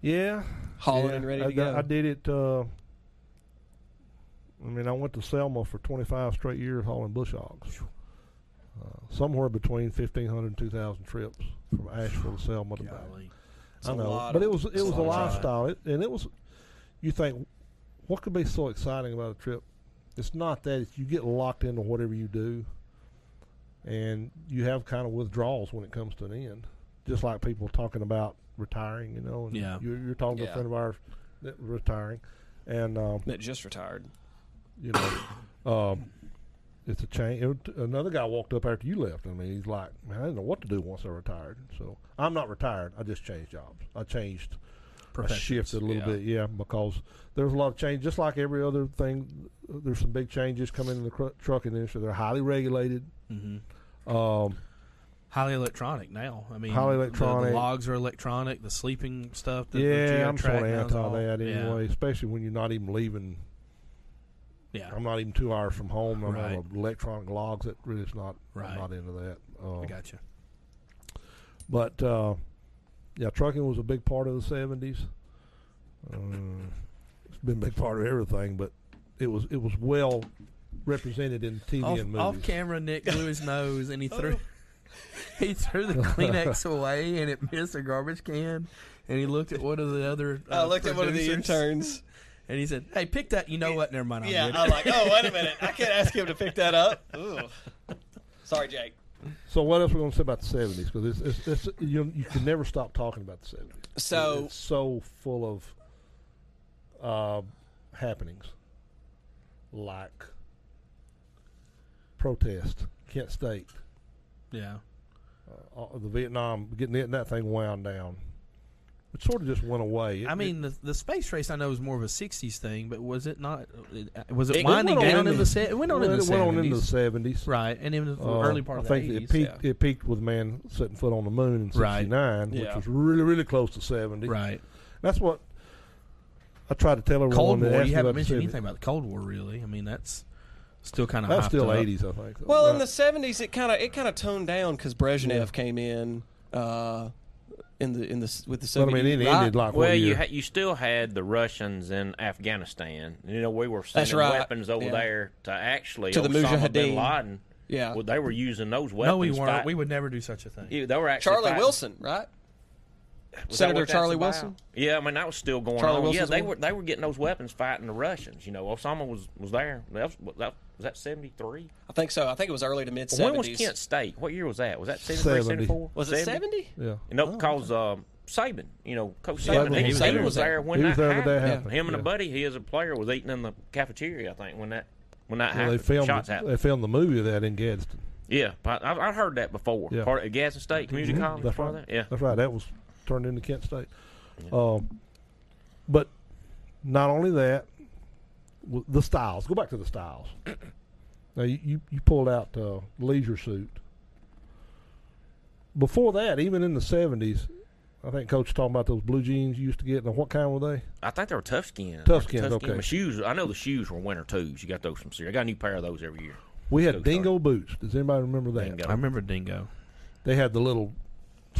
Yeah,
Hauling
yeah,
and ready
I,
to
d-
go.
I did it. Uh, I mean, I went to Selma for 25 straight years hauling bush hogs. Uh, somewhere between 1,500 and 2,000 trips from Asheville to Selma to back.
Golly.
It's
I
a
know,
lot
but
of-
it was it
it's a
was a
lot of
lifestyle, it, and it was. You think, what could be so exciting about a trip? It's not that it's, you get locked into whatever you do, and you have kind of withdrawals when it comes to an end. Just like people talking about retiring, you know, and
Yeah.
you're, you're talking to
Yeah.
a friend of ours that retiring, and um,
That just retired.
you know, um, it's a change. it- Another guy walked up after you left. I mean, he's like, man, I didn't know what to do once I retired. So I'm not retired. I just changed jobs. I changed, I
Profession.
shifted a little
yeah.
bit, yeah, because there's a lot of change. Just like every other thing, there's some big changes coming in the cr- trucking industry. They're highly regulated. Um,
Mm-hmm. Highly electronic now. I mean,
Highly
the- The,
electronic.
logs are electronic. The sleeping stuff. The, the
yeah, I'm
sort
sort of anti that anyway, especially when you're not even leaving.
Yeah.
I'm not even two hours from home. I'm
Right.
on electronic logs. That really is not.
Right.
I'm not into that. Um,
I gotcha.
But uh, yeah, trucking was a big part of the seventies. Uh, it's been a big part of everything, but it was it was well represented in TV
Off,
and
off
movies.
camera, Nick blew his nose and he
*laughs*
threw *laughs* he threw the Kleenex away and it missed a garbage can. And he looked at one of the other. uh,
I looked at one of the *laughs*
producers.
interns.
And he said, "Hey, pick that. You know what? Never mind. I'll
Yeah,
get it."
I'm like, oh, wait a minute. I can't ask him to pick that up. *laughs* Ooh. Sorry, Jake.
So what else we going to say about the seventies? Because it's, it's, it's you, you can never stop talking about the seventies.
So-
it's so full of uh, happenings, like protest, Kent State,
yeah.
uh, the Vietnam, getting it, that thing wound down. It sort of just went away. It-
I
it-
mean, the, the space race I know is more of a '60s thing, but was it not? uh, Was it,
It- it
winding
went on
down in
in-
the se- It went on
well,
in the
it went on into the
70s,
seventies.
right? And in the
Uh,
early part of
I think
the
it
80s,
peaked.
yeah.
It peaked with man setting foot on the moon in
Right.
'69, which
Yeah.
was really, really close to '70.
right?
That's what I try to tell everyone.
Cold
that
War.
asks
You
me
haven't
about the
mentioned
70s.
anything about the Cold War, really. I mean, that's still kind of
That's still
up.
eighties, I think. though.
Well, in
Right.
the '70s, it kind of it kind of toned down because Brezhnev came in uh, in the in the with the
but I
Soviet
mean, it
Union.
ended like
Well,
one
you
year.
ha- you still had the Russians in Afghanistan. You know, we were
That's
sending
right.
weapons over
Yeah.
there to actually
To the
Osama
Mujahideen.
bin Laden.
Yeah.
well, they were using those weapons.
No, we weren't.
fight-
We would never do such a thing.
Yeah, they were actually
Charlie
fighting.
Wilson, right?
Was that
Senator
what that's
Charlie
about?
Wilson?
Yeah, I mean that was still going
Charlie
on.
Wilson's
yeah, they
one?
were they were getting those weapons fighting the Russians. You know, Osama was was there. That was, what- that, was that seventy three?
I think so. I think it was early to mid '70s.
When was Kent State? What year was that? Was that 73,
70.
74?
Was it '70?
yeah.
No, because um, Saban, you know, Coach
Yeah,
Saban,
Oh, Saban
he,
was
he
there.
was there when
He
that
was there when
happened.
that happened,
Him and
yeah.
a buddy, he as a player, was eating in the cafeteria. I think when that when that
Well,
happened,
they filmed.
shots happened.
They filmed the movie of that in Gadsden.
yeah, I, I've- I've heard that before.
Yeah.
Part of Gadsden State Community
Mhm.
College.
That's
part of
right.
that. Yeah,
That's right. That was turned into Kent State. Um, but not only that, w- the styles. Go back to the styles. now you, you, you pulled out uh, leisure suit. Before that, even in the seventies, I think Coach was talking about those blue jeans you used to get. Now, what kind were they?
I think they were tough skin.
Tough skins, okay.
My shoes. I know the shoes were winter twos. You got those from Sears. I got a new pair of those every year.
We had
Those
dingo boots. Does anybody remember that?
Dingo.
I remember Dingo.
They had the little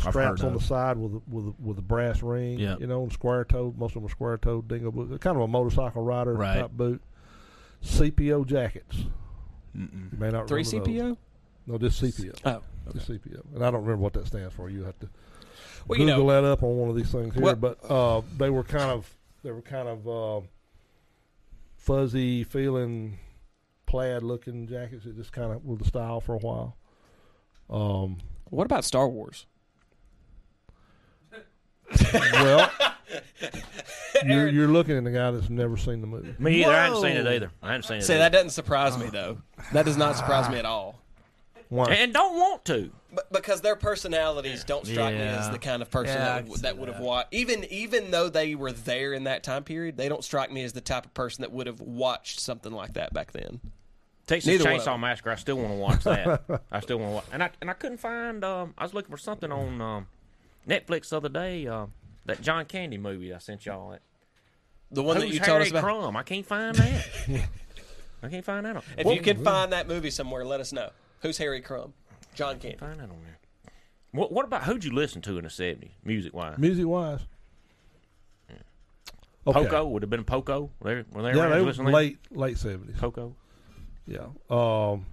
I've
straps
heard
on the
of.
side with the, with the, with the brass ring.
Yeah.
you know, and square toed. Most of them were square toed dingo boots. Kind of a motorcycle rider
Right.
type boot. CPO jackets. You may not
Three
remember those.
CPO.
No, just CPO.
Oh,
Just CPO. And I don't remember what that stands for. You have to
well, you
Google
know,
that up on one of these things here.
Well-
but uh, they were kind of they were kind of uh, fuzzy feeling, plaid looking jackets. It just kind of was the style for a while. Um,
what about Star Wars?
*laughs*
Well, you're, you're looking at a guy that's never seen the movie.
Me either. I hadn't seen it either. I hadn't seen it.
See, that
either.
doesn't surprise
Ah.
me though. That does not surprise
*sighs*
me at all.
Why?
and don't want to.
But because their personalities don't strike me
Yeah.
as the kind of person
Yeah, I
that,
can
would,
see
that would have
that.
watched. Even even though they were there in that time period, they don't strike me as the type of person that would have watched something like that back then.
Texas
Neither one of
Chainsaw
them.
Massacre. I still want to
*laughs*
watch that. I still want to watch. And I and I couldn't find. Um, I was looking for something on um, Netflix the other day. Um, that John Candy movie I sent y'all. That
The one that
Who's
you told
Harry
us about.
Crumb? I can't find that.
*laughs*
I can't find that. On,
If you can find that movie somewhere, let us know. Who's Harry Crumb? John Candy.
find that on there. What What about who'd you listen to in the seventies, music wise?
Music wise. Okay.
Poco would have been Poco. Were they, were they
Yeah,
around
they
to
were
listen to that?
late late seventies.
Poco.
Yeah. Um,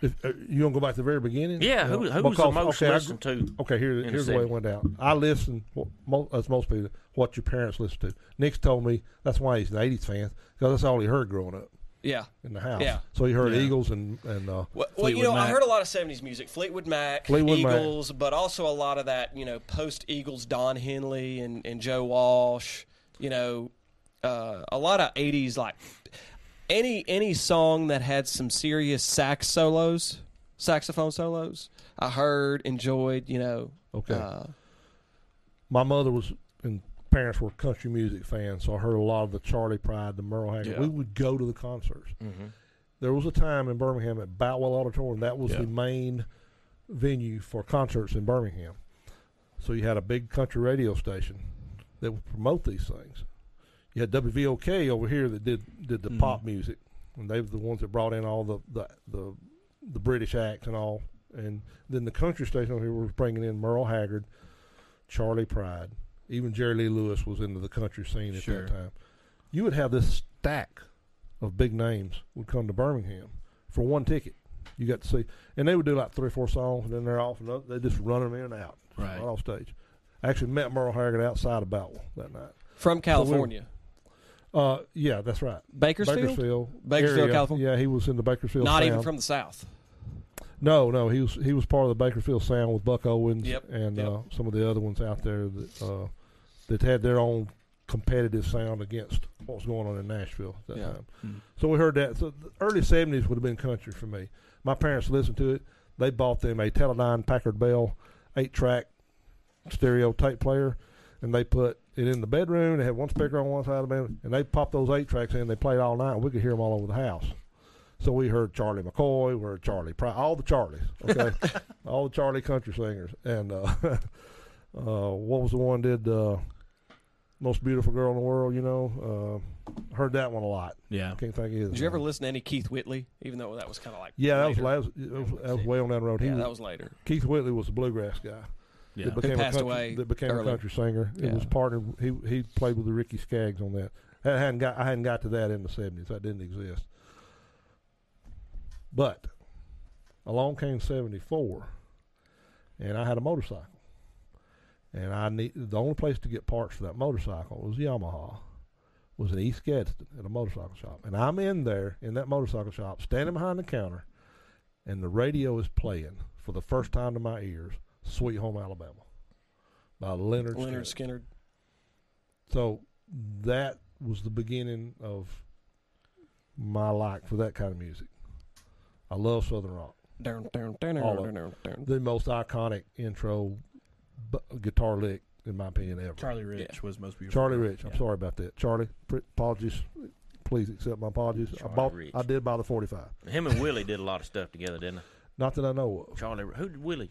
if, uh, you gonna go back to the very beginning?
Yeah, who,
Yeah.
who was the
Because-
most
okay, I-
listened to?
Okay, here,
the
here's the way it
70s.
went down. I listened, what, mo- as most people, what your parents listened to. Nick's told me that's why he's an '80s fan because that's all he heard growing up
Yeah.
in the house.
Yeah.
So he heard Eagles and and uh,
Well, well you
Fleetwood
know, I
Mac.
heard a lot of 70s music Fleetwood Mac,
Fleetwood Mac.
Eagles, but also a lot of that, you know, post Eagles Don Henley and, and Joe Walsh, you know, uh, a lot of 80s, like any any song that had some serious sax solos, saxophone solos, I heard, enjoyed, you know.
Okay.
Uh,
my mother was and parents were country music fans, so I heard a lot of the Charlie Pride, the Merle Haggard.
Yeah.
We would go to the concerts.
Mm-hmm.
There was a time in Birmingham at Boutwell Auditorium that was the main venue for concerts in Birmingham. So you had a big country radio station that would promote these things. You had WVOK over here that did did the pop music, and they were the ones that brought in all the the the, the British acts and all. And then the country station over here was bringing in Merle Haggard, Charlie Pride, even Jerry Lee Lewis was into the country scene at
Sure.
that time. You would have this stack of big names would come to Birmingham for one ticket. You got to see, and they would do like three or four songs, and then they're off and up. They just run them in and out, just
Right.
right off stage. I actually met Merle Haggard outside of Battle that night
from California.
Uh, yeah, that's right.
Bakersfield?
Bakersfield,
Bakersfield,
area.
California?
Yeah, he was in the Bakersfield.
Not even
Sound.
from the South.
No, no, he was he was part of the Bakersfield Sound with Buck Owens
Yep,
and
yep.
Uh, some of the other ones out there that uh, that had their own competitive sound against what was going on in Nashville at that
Yeah.
time.
Mm.
So we heard that. So the early seventies would have been country for me. My parents listened to it. They bought them a Teledyne Packard Bell eight track stereo tape player, and they put it in the bedroom. They had one speaker on one side of the bedroom, and they popped those eight tracks in. They played all night. and We could hear them all over the house. So we heard Charlie McCoy, we heard Charlie Pride, all the Charlies, okay, all the Charlie country singers, and uh, *laughs* uh, what was the one did uh, most beautiful girl in the world? You know, uh, heard that one a lot.
Yeah.
I can't think of either.
Did you ever listen to any Keith Whitley? Even though that was kind of like
Yeah, that was,
later.
last, that was that was way on down the road. He
Yeah,
was,
that was later.
Keith Whitley was the bluegrass guy.
Yeah.
that became
passed
a country,
away
that became
early.
a country singer. It
Yeah.
was partnered. He he played with the Ricky Skaggs on that. I hadn't got I hadn't got to that in the seventies. That didn't exist. But along came seventy four, and I had a motorcycle, and I need the only place to get parts for that motorcycle was Yamaha. Was in East Gadsden at a motorcycle shop, and I'm in there in that motorcycle shop, standing behind the counter, and the radio is playing for the first time to my ears "Sweet Home Alabama" by Leonard.
Leonard
Skinner.
Skinner.
So that was the beginning of my like for that kind of music. I love Southern rock.
Down, down, down, down,
All of
down, down, down.
The most iconic intro b- guitar lick, in my opinion, ever.
Charlie Rich was most beautiful.
Charlie Rich. I'm
Yeah.
sorry about that. Charlie, pr- apologies. Please accept my apologies. I
Charlie
bought.
Rich.
I did buy the 45.
Him and Willie did a lot of stuff together, didn't
Not that I know
they? Charlie, who did Willie?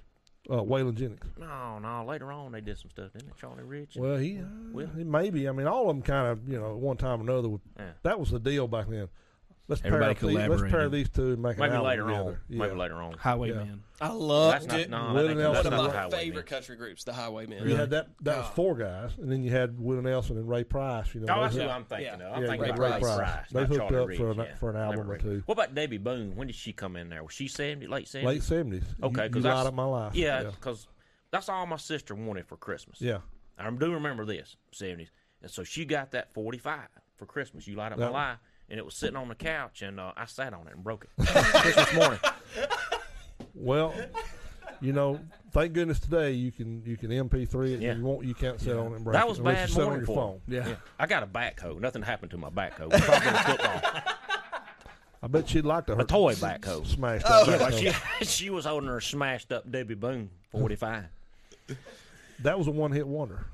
of. Uh, Waylon Jennings.
No, no. Later on, they did some stuff, didn't they? Charlie Rich. and-
Well, he,
Willie.
he maybe. I mean, all of them kind of, you know, at one time or another. Would,
Yeah.
That was the deal back then. Let's pair,
Everybody
up these, let's pair
collaborated.
these two and make an
Maybe
album
later on.
together. Yeah.
Maybe later on.
Highwayman.
I
That's
loved
not.
it.
No, I
Willie
think
One
Nelson
that's
was
of
not
my
Highwaymen.
favorite country groups, the Highwaymen.
You had that that was
God.
four guys, and then you had Will Nelson and Ray Price. You know,
Oh, that's
they,
who
hooked-
I'm thinking
Yeah.
of. I'm
Yeah,
thinking
Ray
about Ray
Price.
Price.
They
not
hooked
Charlie
up
Rich,
for an-
yeah.
for an album or
Ray-
two.
What about Debbie Boone? When did she come in there? Was she 70, late 70s?
late seventies.
Okay,
you, you
because that's
light up my life.
Yeah,
yeah,
because that's all my sister wanted for Christmas.
yeah.
I do remember this seventies, and so she got that forty five for Christmas. You light up
That-
my life, and it was sitting on the couch, and uh, I sat on it and broke
*laughs*
it Christmas morning.
Well, you know, thank goodness today you can you can MP3 it.
Yeah.
If you want, you can't sit on it. And break
That
it
was
unless you
bad
sit on
morning
your
for
phone.
Yeah.
I got a backhoe. Nothing happened to my backhoe. It Probably a football,
I bet she'd like to
a
hurt
toy backhoe.
smashed. out
*laughs* Yeah,
that
but
phone.
she, she was holding her smashed up Debbie Boone forty five.
That was a one hit wonder.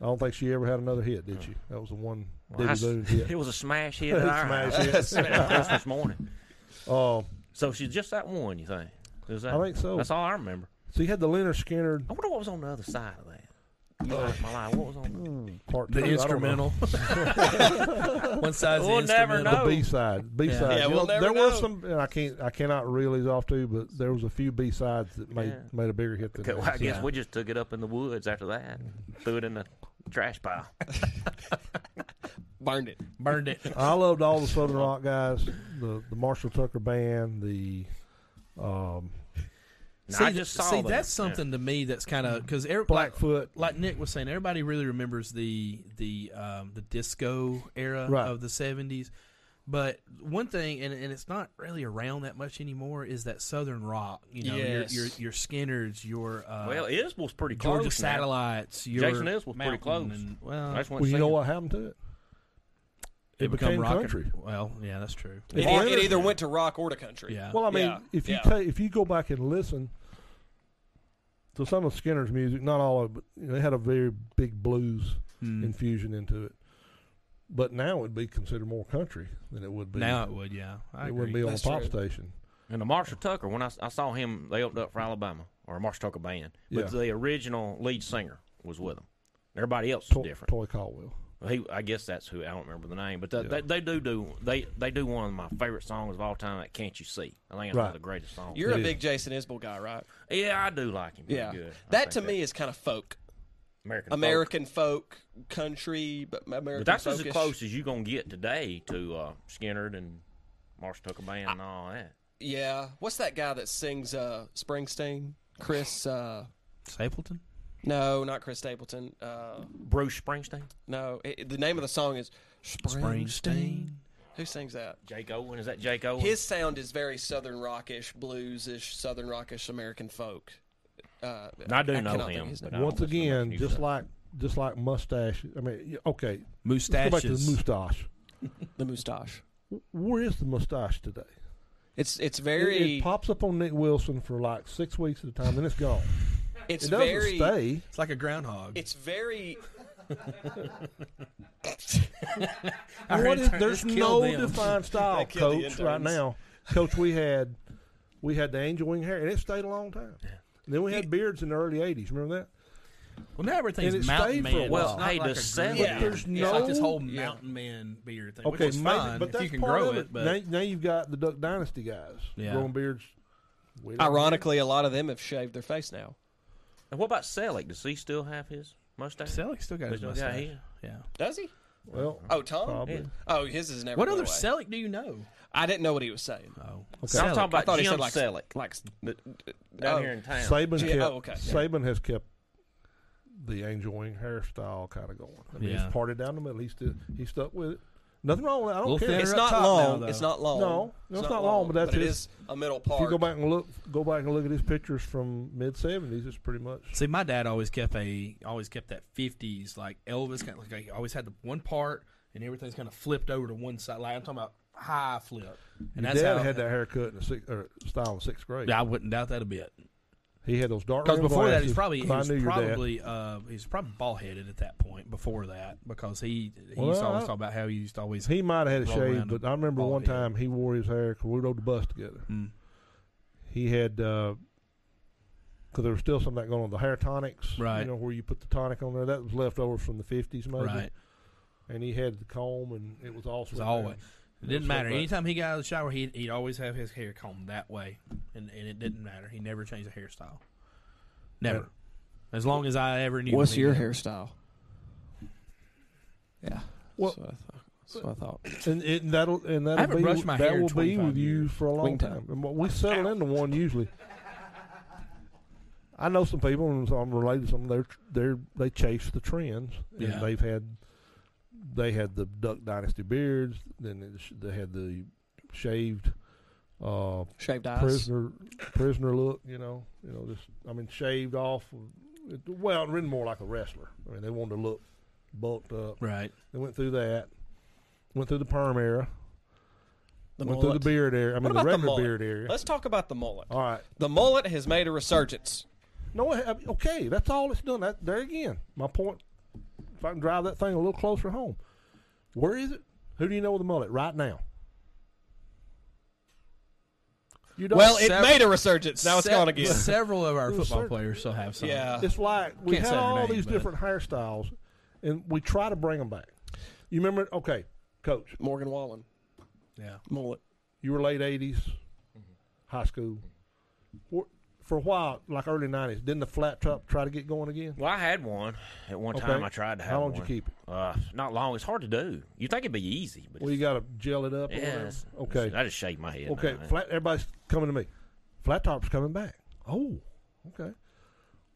I don't think she ever had another hit, did she? That was the one Debbie Boon
*laughs* It
hit.
was a smash hit *laughs* at our
Smash
house.
hit.
Christmas morning.
Oh,
So she's just that one, you think? Is that-
I think so.
That's all I remember.
so you had the Leonard Skinner
I wonder what was on the other side of that. You light up my life. What was on? *laughs* The-
*laughs*
part.
The
two. I don't know.
instrumental. One side's
We'll
the
never
instrumental.
know.
the B side, B side.
Yeah,
You
we'll
know,
never
there
know.
were some, and I can't, I cannot reel these off too, but there was a few B sides that made
Yeah.
made a bigger hit than
Okay, well, I
that.
guess
Yeah.
we just took it up in the woods after that, and threw it in the trash pile.
Burned it.
Burned it.
I loved all the Southern Rock guys, the the Marshall Tucker band, the um,
Now,
see,
I just saw
see
that.
that's something to me that's kind of because like,
Mm-hmm. Blackfoot.
like Nick was saying, everybody really remembers the the um, the disco era
Right.
of the seventies. But one thing, and, and it's not really around that much anymore, is that southern rock. You know,
Yes.
your, your your Skinners, your uh,
Well, Is was pretty close.
Georgia
now.
satellites. Your
Jason Isbell was pretty
Mountain
close.
And, well,
I just went
Well, you know
singing.
what happened to it?
it,
became
became rock and-
country.
well, yeah, that's true.
It,
Well,
it
it-
either went to rock or to country.
Yeah.
Well, I mean,
Yeah,
if you
yeah.
ta- if you go back and listen to some of Skinner's music, not all of it, but you know, they had a very big blues
Hmm.
infusion into it. But now it'd be considered more country than it would be.
now it would, yeah. I
it
agree.
wouldn't be on
That's
a pop
true.
station.
And the Marshall Tucker, when I, I saw him, they opened up for Alabama or Marshall Tucker band, but
Yeah.
the original lead singer was with them. Everybody else was
To-
different.
Toy Caldwell.
Well, He, I guess that's who. I don't remember the name, but th-
Yeah.
they, they do do they they do one of my favorite songs of all time. That can't you see? I think it's one
Right.
of the greatest songs.
You're a
It is.
big Jason Isbell guy, right?
yeah, I do like him. pretty
Yeah.
good. I
That to
think
me is kind of folk.
American folk.
American folk, country, but American
But that's as
folkish.
close as you're gonna get today to uh, Skinner and Marshall Tucker Band and all that.
Yeah. What's that guy that sings uh, Springsteen? Chris. Uh,
Stapleton.
no, not Chris Stapleton. Uh,
Bruce Springsteen.
no, it, the name of the song is
Springsteen.
Who sings that?
Jake Owen is that Jake Owen?
His sound is very southern rockish, bluesish, southern rockish American folk. Uh,
I do know
cannot think
him,
of his
but
name.
I don't
Once
listen to much
again,
new
just
stuff.
like just like mustache. I mean, y- okay. Let's go back to the
Moustaches.
mustache.
the mustache.
W- Where is the mustache today?
It's it's
It,
very
it pops up on Nick Wilson for like six weeks at a time, then it's gone.
it's
It doesn't
very
*laughs*
stay.
It's like a groundhog.
it's very
What is, there's no
define. *laughs*
defined style,
That killed the
coach. Right
interns.
now, coach, we had we had the angel wing hair, and it stayed a long time. And then we had beards in the early '80s. Remember that?
Well, now everything's
And it
mountain
stayed
man.
for a while.
It's not
Hey,
like
the
a
sound-
groove.
Yeah.
There's
It's like this
no-
whole
Yeah.
mountain man beard thing.
Okay,
which is
maybe-
fine
but
if
that's
you can
part
grow
of
it.
it.
But
now, now you've got the Duck Dynasty guys
Yeah.
growing beards. We don't-
ironically a lot of them have shaved their face now.
And what about Selick? Does he still have his mustache?
Selleck still got his
But yeah,
mustache.
he-
yeah.
Does he?
Well,
Oh, Tom.
probably.
yeah.
Oh, his is never.
What
go
other
away.
Selleck do you know?
I didn't know what he was saying.
Oh,
Okay.
I'm talking
I
about
thought he
Uh, Jim
said like
Selleck,
like oh.
down here in town.
Saban
Yeah,
kept.
oh, okay.
Saban has kept the angel wing hairstyle kind of going. I mean,
Yeah.
it's parted down the middle. He still he stuck with it. Nothing wrong with it. I don't
Little
care.
thinner
it's
up
not
top
long.
now,
it's
though.
not long.
No, no, it's not long, but that's
it
his-
is a middle
If you
part.
go back and look, go back and look at his pictures from mid '70s. It's pretty much
See, my dad always kept a always kept that fifties like Elvis kind of like he always had the one part and everything's kind of flipped over to one side. Like I'm talking about high flip, and
Your
that's
dad
how
had that haircut in the sixth, or style in sixth grade.
I wouldn't doubt that a bit.
He had those dark
Because
rim
before that,
glasses.
he's probably he
I
was
knew your dad.
probably uh, he's probably bald headed at that point. Before that, because he he used
Well,
to always
I-
talk about how he used to always
He might have had it
roll
shaved,
around
but
the
I remember
bald
one
head.
time he wore his hair because we rode the bus together.
*laughs* Mm.
He had because there was still something going on the hair tonics,
Right.
You know where you put the tonic on there. That was left over from the fifties, maybe.
right.
And he had the comb, and it was all
It was
slicked
always.
down.
It didn't
was
matter.
slicked
Anytime he got out of the shower, he'd, he'd always have his hair combed that way, and, and it didn't matter. He never changed the hairstyle. Never. As long as I ever knew.
What's
him, he
your
did.
hairstyle? Yeah.
Well-
that's what I thought. That's what I thought.
And, it, and that'll and that'll
haven't
be
brushed my
that
hair in
will be
25
with you
years.
for a long
Wing
time. And what we settle into one usually. I know some people, and so I'm related to some. They're they're they chase the trends, and
Yeah.
they've had they had the Duck Dynasty beards, then it sh- they had the shaved uh,
Shaved eyes.
prisoner prisoner look. You know, you know, just I mean, shaved off. Well, written more like a wrestler. I mean, they wanted to look bulked up.
Right.
They went through that. Went through the perm era.
The
went through
mullet.
the beard area. I mean, the
about the
regular
mullet?
beard area. Uh,
Let's talk about the mullet.
all right.
The mullet has made a resurgence.
No, I- I- okay. That's all it's done. That, there again, my point. If I can drive that thing a little closer home, where is it? Who do you know with a mullet right now? You don't.
Well, it
sev-
made a resurgence. Now it's
Se-
gone
*laughs*
again.
Several of our
It was
football
certain-
players still have some.
Yeah.
it's like we
Can't
had
say her
all
name,
these
but-
different hairstyles, and we try to bring them back. You remember? Okay, coach,
Morgan Wallen
Yeah.
mullet.
you were late 80s high school. For, for a while, like early nineties, didn't the flat top try to get going again?
Well, I had one at one
Okay.
time. I tried to have
How long
one.
did you keep it?
Uh, not long. It's hard to do. You think it'd be easy, but
Well, you got to gel it up. or
it's,
whatever.
yeah, it's-
Okay.
I just shake my head.
Okay,
now.
flat. Everybody's coming to me. Flat top's coming back. Oh, okay.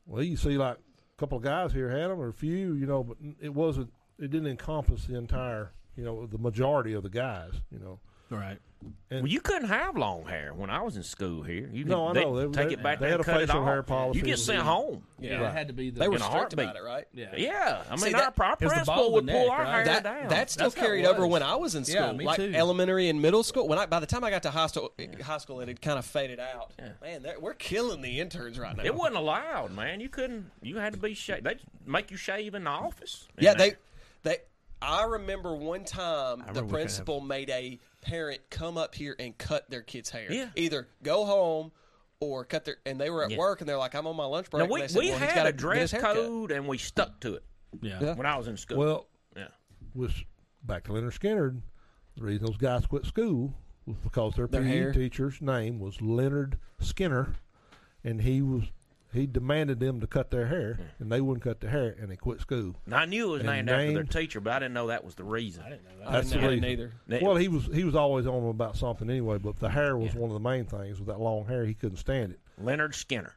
Well, you see, like a couple of guys here had them, or a few, you know, but n- it wasn't. It didn't encompass the entire, you know, the majority of the guys, you know.
Right.
Well, you couldn't have long hair when I was in school here. You
No,
could-
I know.
they'd
They-
take
they-
it back
they
there
had
and
a
cut it
facial
off.
hair policy
You get
and-
sent home.
Yeah.
It had to be the.
They were
In a
strict about
heartbeat.
it, right?
yeah.
Yeah, I mean,
See,
our,
that-
pri- our
It's the
principal
bald
would
neck,
pull our
right?
hair
That,
down.
that still
That's how it
carried over
was.
when I was in school,
Yeah, me
like
too.
elementary and middle school. When I by the time I got to high school, high school it had kind of faded out. Man, that- we're killing the interns right now.
It wasn't allowed, man. You couldn't. You had to be shaved. They make you shave in the office.
Yeah,
And
they they. I remember one time
remember
the
we couldn't
principal made a parent come up here and cut their kid's hair.
Yeah.
Either go home or cut their. And they were at work and they're like, "I'm on my lunch break."
Now,
and
we,
they said,
we
"Well, he's
had
gotta
a
get
dress
his haircut."
code and we stuck to it
Yeah.
Yeah.
when I was in school.
Well,
yeah.
was back to Leonard Skinner. The reason those guys quit school was because their,
Their
PE
hair.
teacher's name was Leonard Skinner, and he was he demanded them to cut their hair, and they wouldn't cut their hair, and they quit school.
And I knew it was
And
named after their
named-
teacher, but I didn't know that was the reason.
I
That's
didn't
the
know that
reason.
neither.
That-
Well, he was he was always on about something anyway, but the hair was one of the main things. With that long hair, he couldn't stand it.
Leonard Skinner.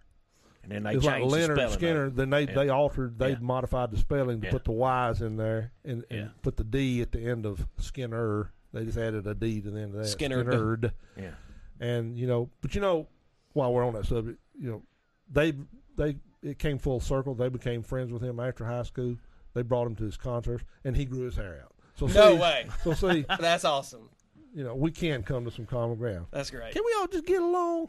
and then they
It's like
changed the
Leonard
spelling.
and
of
Skinner.
it.
Then they,
Yeah.
they altered, they
Yeah.
modified the spelling to
Yeah.
put the Y's in there and, and
Yeah.
put the D at the end of Skinner. They just added a D to the end of that.
Skinnered.
Skinnered.
Yeah.
And you know, but you know, while we're on that subject, you know, they they it came full circle. They became friends with him after high school. They brought him to his concerts, and he grew his hair out. So
No
see,
way.
So see,
That's awesome.
you know, we can come to some common ground.
That's great.
Can we all just get along?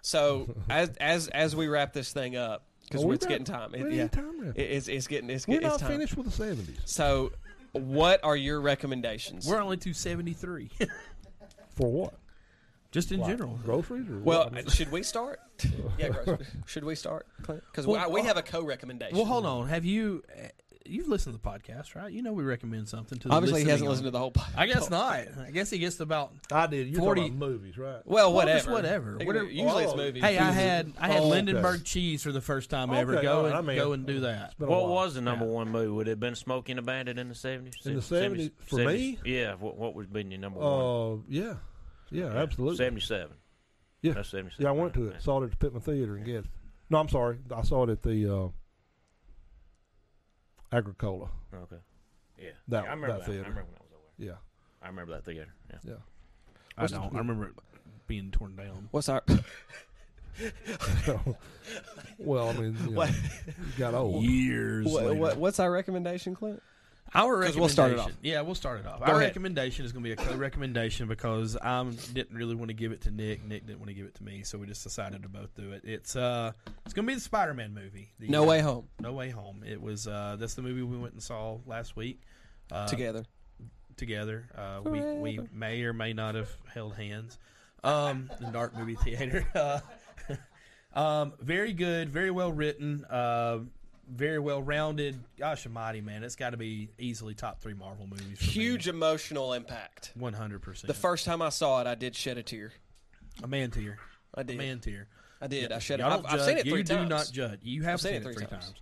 So as as as we wrap this thing up because
Oh, we
it's
got-
getting time. It-
we need
yeah.
time wrapping.
It- it's it's getting it's,
We're
it's
not
time.
finished with the seventies
So, what are your recommendations?
We're only two seventy three,
for what?
*laughs* just in
Like,
general.
groceries or
well, uh,
what? I mean,
should we *laughs* start? Yeah, gross. should we start, Clint? Because
Well,
we, we have a co-recommendation.
Well, hold on. Have you uh, you've listened to the podcast, right? You know we recommend something to. The
Obviously, he hasn't listened to
listening
the whole podcast.
audience. I guess not. I guess he gets about.
I did. You're
40
talking about movies, right?
Well,
Well,
whatever.
just whatever.
They-
Whatever-
Usually, it's
Oh.
movies.
Hey, I had I had
Oh, okay.
Lindenberg cheese for the first time ever.
Okay,
Go
all right,
and
I mean,
go and do that.
It's been a
What
while.
was the number one movie? Would it have been Smoking the Bandit in the seventies?
In the 70s? For
me, yeah. What, what would have been your number one?
Uh, yeah, yeah, absolutely.
Seventy-seven.
Yeah.
That's seventy-seven.
Yeah, I went to it. Saw it at the Pittman Theater in Gadsden. No, I'm sorry. I saw it at the uh, Agricola.
Okay. Yeah.
That-
Yeah, I remember
that
that. I
theater.
remember when I was over. there.
Yeah, *laughs*
I remember that theater. Yeah.
yeah.
I don't. I remember it being torn down.
What's our?
So, well, I mean, you know,
What?
it got old.
Years
what,
later.
what, what's our recommendation, Clint?
Our
'Cause
recommendation.
we'll start it off.
Yeah, we'll start it off. Our
ahead.
recommendation is going to be a co-recommendation because I didn't really want to give it to Nick. Nick didn't want to give it to me, so we just decided to both do it. It's uh, it's going to be the Spider-Man movie. The,
No
uh,
way home
No Way Home. It was uh, that's the movie we went and saw last week uh,
together.
Together, uh, we we may or may not have held hands. Um, in dark movie theater. *laughs* Uh, um, very good, very well written, uh, very well rounded. Gosh Almighty, man, it's got to be easily top three Marvel movies. for me.
Huge emotional impact.
One hundred percent.
The first time I saw it, I did shed a tear.
A man tier.
I
A
did.
man tier.
I did. I shed.
Y'all
I've,
don't
I've seen
judge.
it three
you
times.
do not judge. You have seen, it three times.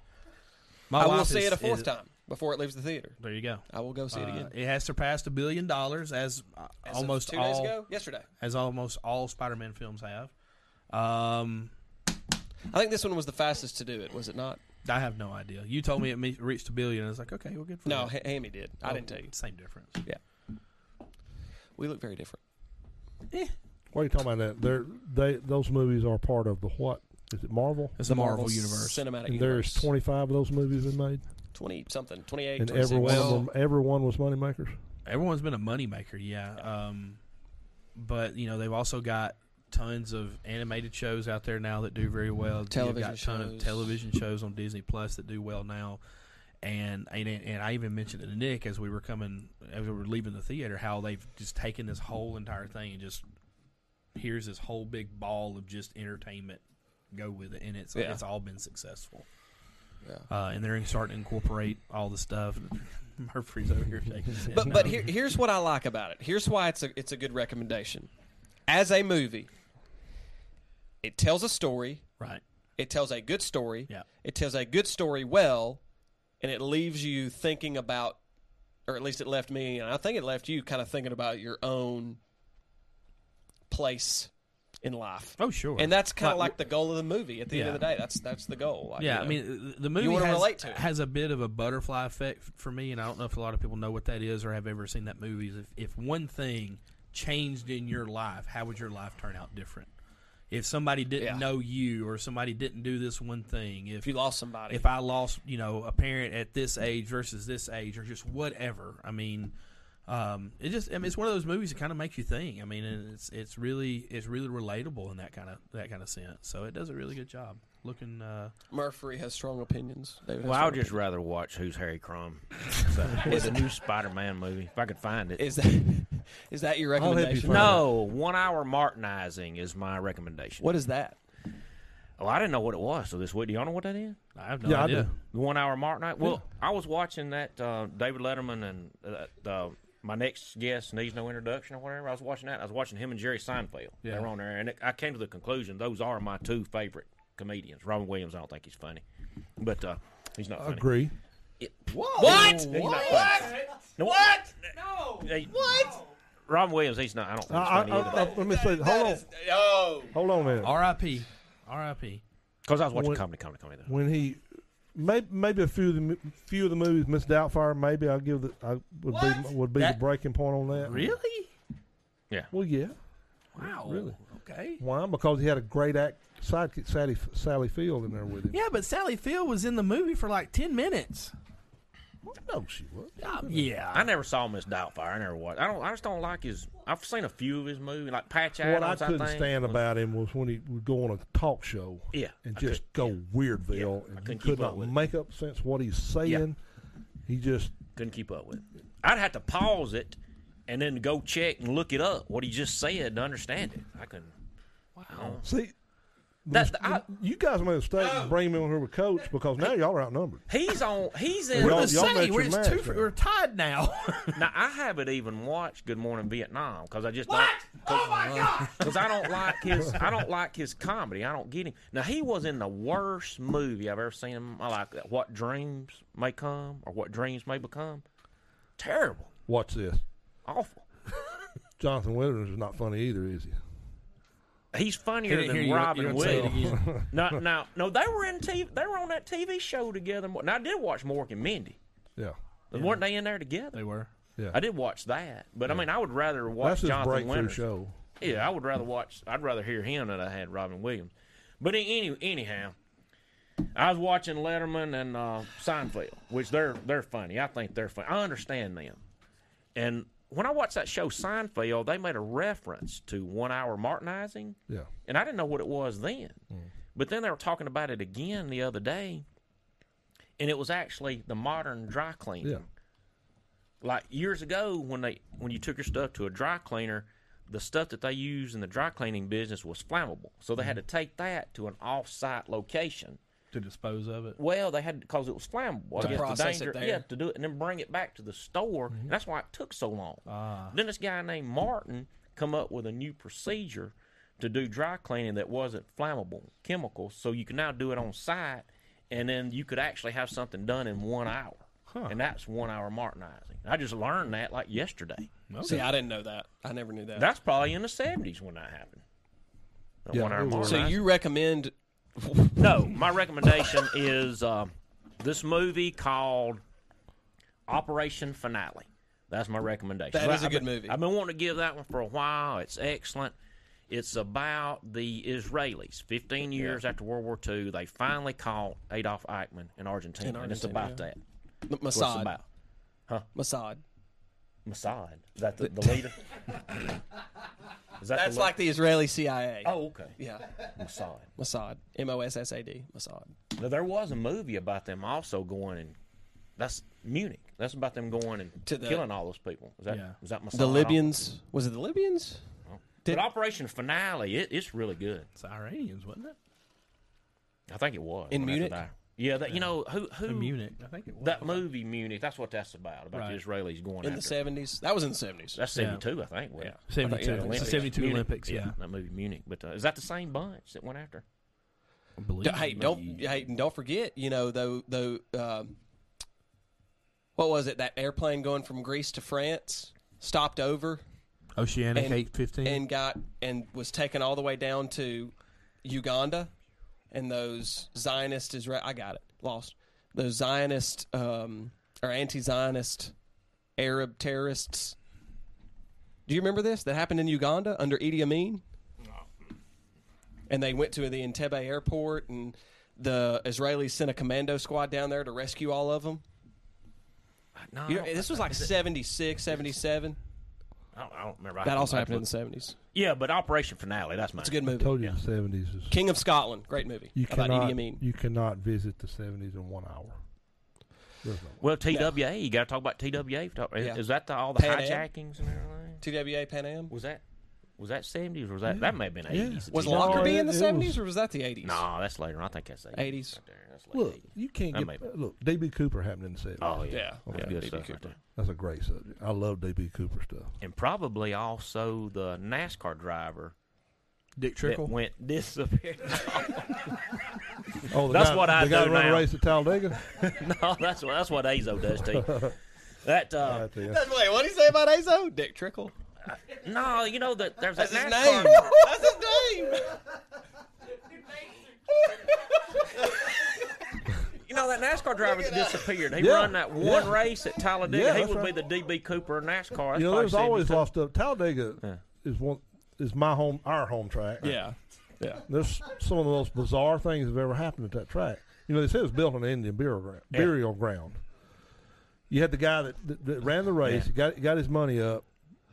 My
I will
wife
see
is-
it a fourth
is-
time before it lears the theater.
There you go.
I will go see it
Uh,
again.
it has surpassed a billion dollars as, uh,
As of
almost
two
all
days ago, yesterday.
as almost all Spider-Man films have. Um,
I think this one was the fastest to do it. Was it not?
I have no idea. You told me it me- reached a billion. I was like, okay, well, good for
No,
that.
Ha- Hammy did. I
Oh,
didn't tell you.
Same difference.
We look very different.
What are you talking about? That they're, they those movies are part of the what? Is it Marvel?
It's the Marvel, universe.
Cinematic
And
Universe.
there's 25 of those movies been made,
20 something, 28,
and
26.
every one of them, every one was moneymakers.
Everyone's been a moneymaker, yeah. Um, but you know they've also got tons of animated shows out there now that do very well. You've
Mm-hmm. Television
got a ton of
shows.
television shows on Disney Plus that do well now. And, and and I even mentioned it to Nick as we were coming as we were leaving the theater how they've just taken this whole entire thing and just here's this whole big ball of just entertainment go with it and it's
Yeah.
it's all been successful
Yeah.
uh, and they're starting to incorporate all the stuff *laughs* Murphy's over here shaking his head.
But but here, here's what I like about it. Here's why it's a it's a good recommendation. As a movie, it tells a story.
right
It tells a good story.
Yeah.
It tells a good story well, and it leaves you thinking about, or at least it left me, and I think it left you kind of thinking about your own place in life.
oh sure
And that's kind of
Like,
like the goal of the movie. At the end of the
Yeah.
day, that's that's the goal. Like,
Yeah,
you know.
I mean, the movie
wanna
has,
relate to it.
has a bit of a butterfly effect f- for me, and I don't know if a lot of people know what that is or have ever seen that movie. Is if, if one thing changed in your life, how would your life turn out different? If somebody didn't
Yeah.
know you, or somebody didn't do this one thing, if
if you lost somebody,
if I lost, you know, a parent at this age versus this age, or just whatever. I mean, um, it just, I mean, it's one of those movies that kind of makes you think. I mean, and it's it's really it's really relatable in that kind of that kind of sense. So it does a really good job. Looking, uh,
Murphy has strong opinions. David has
Well, I would
strong
just rather watch Who's
*laughs*
Harry Crumb. So, it's a new Spider-Man movie if I could find it.
opinions. is that *laughs* is that your
help you
recommendation?
find
no, one hour Martinizing is my recommendation.
What is that?
Oh, I didn't know what it was. So this week, do y'all know what that is?
I have no
Yeah, I
idea.
do.
The one hour Martinizing. Well, I was watching that uh, David Letterman and uh, the, my next guest needs no introduction or whatever. I was watching that. I was watching him and Jerry Seinfeld. They
Yeah.
were on there, and it, I came to the conclusion those are my two favorite comedians. Robin Williams, I don't think he's funny, but uh, he's not funny.
Agree.
What? What? No, what? No. what? Robin Williams, he's not. I don't
I,
think he's
I,
funny
I,
either.
I- let me say, hold on,
Oh,
hold on a minute.
R.I.P. R.I.P.
Because I was watching
When-
comedy, comedy, comedy. Though.
when he maybe maybe a few of the mo- few of the movies Miss Doubtfire maybe I'll give the I would be
What?
would be
That-
the breaking point on that.
Really?
Well, yeah.
Wow.
Really?
Okay.
Why? Because he had a great act sidekick Sally Sally Field in there with him.
Yeah, but Sally Field was in the movie for like ten minutes.
No, she was.
Um, yeah.
I never saw Miss Doubtfire. I never watched. I don't. I just don't like his. I've seen a few of his movies, like Patch
What I
Adams.
couldn't
think.
stand about him was when he would go on a talk show
Yeah,
and
I
just go weirdville
I
and
couldn't
he
keep
could
up
not
with it.
make up sense what he's saying. He just
couldn't keep up with. it. I'd have to pause it and then go check and look it up what he just said to understand it. I couldn't. Wow.
see
That, Oh. I, Oh.
you guys made a mistake in bringing him here with coach because now y'all are outnumbered.
he's on. He's in.
We're
What
y'all-
to
y'all
say?
let your
We're, it's
marriage
two for,
go.
we're tied now.
Now I haven't even watched Good Morning Vietnam because I just *laughs* what? Don't, oh my god! Because I don't like his I don't like his comedy. I don't get him. Now he was in the worst movie I've ever seen in my life. that What dreams may come or what dreams may become. Terrible,
Watch this.
awful.
Jonathan Withers is not funny either, is he?
He's funnier
Here,
than
you- *laughs*
Robin
you're gonna say it
Williams.
again.
*laughs*
*laughs*
No, no, no. They were in TV. They were on that TV show together. Now I did watch Mork and Mindy.
Yeah.
Weren't they in there together?
they were.
Yeah.
I did watch that, but I mean, I would rather watch
That's his
Jonathan
breakthrough
Winters.
show.
Yeah, I would rather watch. I'd rather hear him than I had Robin Williams. But a- any anyhow, I was watching Letterman and uh, Seinfeld, which they're they're funny. I think they're funny. I understand them. And when I watched that show Seinfeld, they made a reference to one hour Martinizing,
Yeah.
and I didn't know what it was then. But then they were talking about it again the other day, and it was actually the modern dry cleaning
Yeah.
like years ago when they when you took your stuff to a dry cleaner the stuff that they used in the dry cleaning business was flammable so they had to take that to an off-site location
To dispose of it.
well they had because it was flammable
To
I guess
process
the
it
danger
there.
yeah to do it and then bring it back to the store and that's why it took so long then this guy named martin come up with a new procedure to do dry cleaning that wasn't flammable chemicals so you can now do it on site and then you could actually have something done in one hour and that's one hour martinizing i just learned that like yesterday
See, I didn't know that. I never knew that.
that's probably in the 70s when that happened That
Yeah,
one hour
it was.
so
martinizing.
you recommend?
No, my recommendation is um this movie called Operation Finale. That's my recommendation.
That is a
I've
good
been-
movie.
I've been wanting to give that one for a while. It's excellent. It's about the Israelis. Fifteen years after World War II, they finally caught Adolf Eichmann in Argentina,
In
and it's
Argentina,
about
yeah.
that.
M-
It's what it's
Mossad.
about
Mossad.
Mossad. Is
*laughs*
that the, the leader? Is that
That's
the leader?
like the Israeli CIA.
Oh, okay.
Yeah,
Mossad.
Mossad. M O S S A D. Mossad.
Now, there was a movie about them also going and that's Munich. That's about them going and
To the-
killing all those people. Is that
Yeah.
was that Mossad?
The Libyans. Was it the Libyans?
But Operation Finale, it, it's really good.
It's Iranians, wasn't it?
I think it was
In
when I was
Munich?
there. Yeah, that, you know who who
In Munich, I think it was.
that movie Munich. That's what that's about about
Right.
the Israelis going
In
after.
the seventies. That was in the seventies.
that's
Yeah.
seventy two, I think. wasn't it?
Seventy-two.
I thought you
Olympics.
It's the Seventy-two
Munich.
Olympics. Yeah.
that movie Munich. But uh, is that the same bunch that went after?
I believe
D- hey, don't hey, and don't forget, you know, though though um, what was it? That airplane going from Greece to France stopped over
Oceanic
and-
eight fifteen.
and got and was taken all the way down to Uganda and those Zionist Israel I got it. Lost. Those Zionist um, or anti Zionist Arab terrorists. Do you remember this? That happened in Uganda under Idi Amin? and they went to the Entebbe airport, and the Israelis sent a commando squad down there to rescue all of them.
No,
You know,
I don't think-
this was like 76, 77.
I don't, I don't remember. I
That
can-
also
I
happened in
look-
the 70s.
Yeah, but Operation Finale. That's my
It's a good movie.
Told you the seventies is
King of Scotland, great movie.
you
about
cannot
Idi Amin.
you cannot visit the seventies in one hour. There's no way.
Well, TWA, you got to talk about TWA. Talk- is-
Yeah.
Is that the, all the
Pan Am?
hijackings and everything?
TWA Pan Am.
Was that was that seventies or was that that may have been
Yeah.
eighties?
Was
No,
Lockerbie
it-
in the
it was-
70s, or was that the 80s?
No, that's later. I think that's 80s.
80s.
Right there. That's late
Look,
80s.
you can't
That
get uh,
may be-
look, D B Cooper happened in the seventies.
Oh yeah,
Yeah.
That's
Yeah,
good
B.B.
stuff right
Cooper.
there.
That's a great subject. I love D B Cooper stuff.
*laughs* And probably also the NASCAR driver
Dick
that
Trickle.
went *laughs* disappeared.
Oh the
That's
guy,
what I
the guy that
do
ran
now.
a race at
*laughs*
Talladega?
no, that's what that's what Azo does
*laughs*
to you. That uh,
I tell you.
That's, wait, what do you say about Azo? Dick Trickle.
no, you know *laughs* that there's that
That's his
NASCAR
name. That's his name.
all that NASCAR driver that disappeared. He
Yeah.
run that one
Yeah.
race at Talladega.
Yeah,
he
that's
would
right.
be the DB Cooper of NASCAR. That's
you know,
probably
there's
saved his
always
time.
lost up. Talladega is one is my home, our home track.
*laughs* Yeah. Yeah.
There's some of the most bizarre things that have ever happened at that track. You know, they said it was built on an Indian burial ground. Burial ground. You had the guy that, that, that ran the race, got got his money up,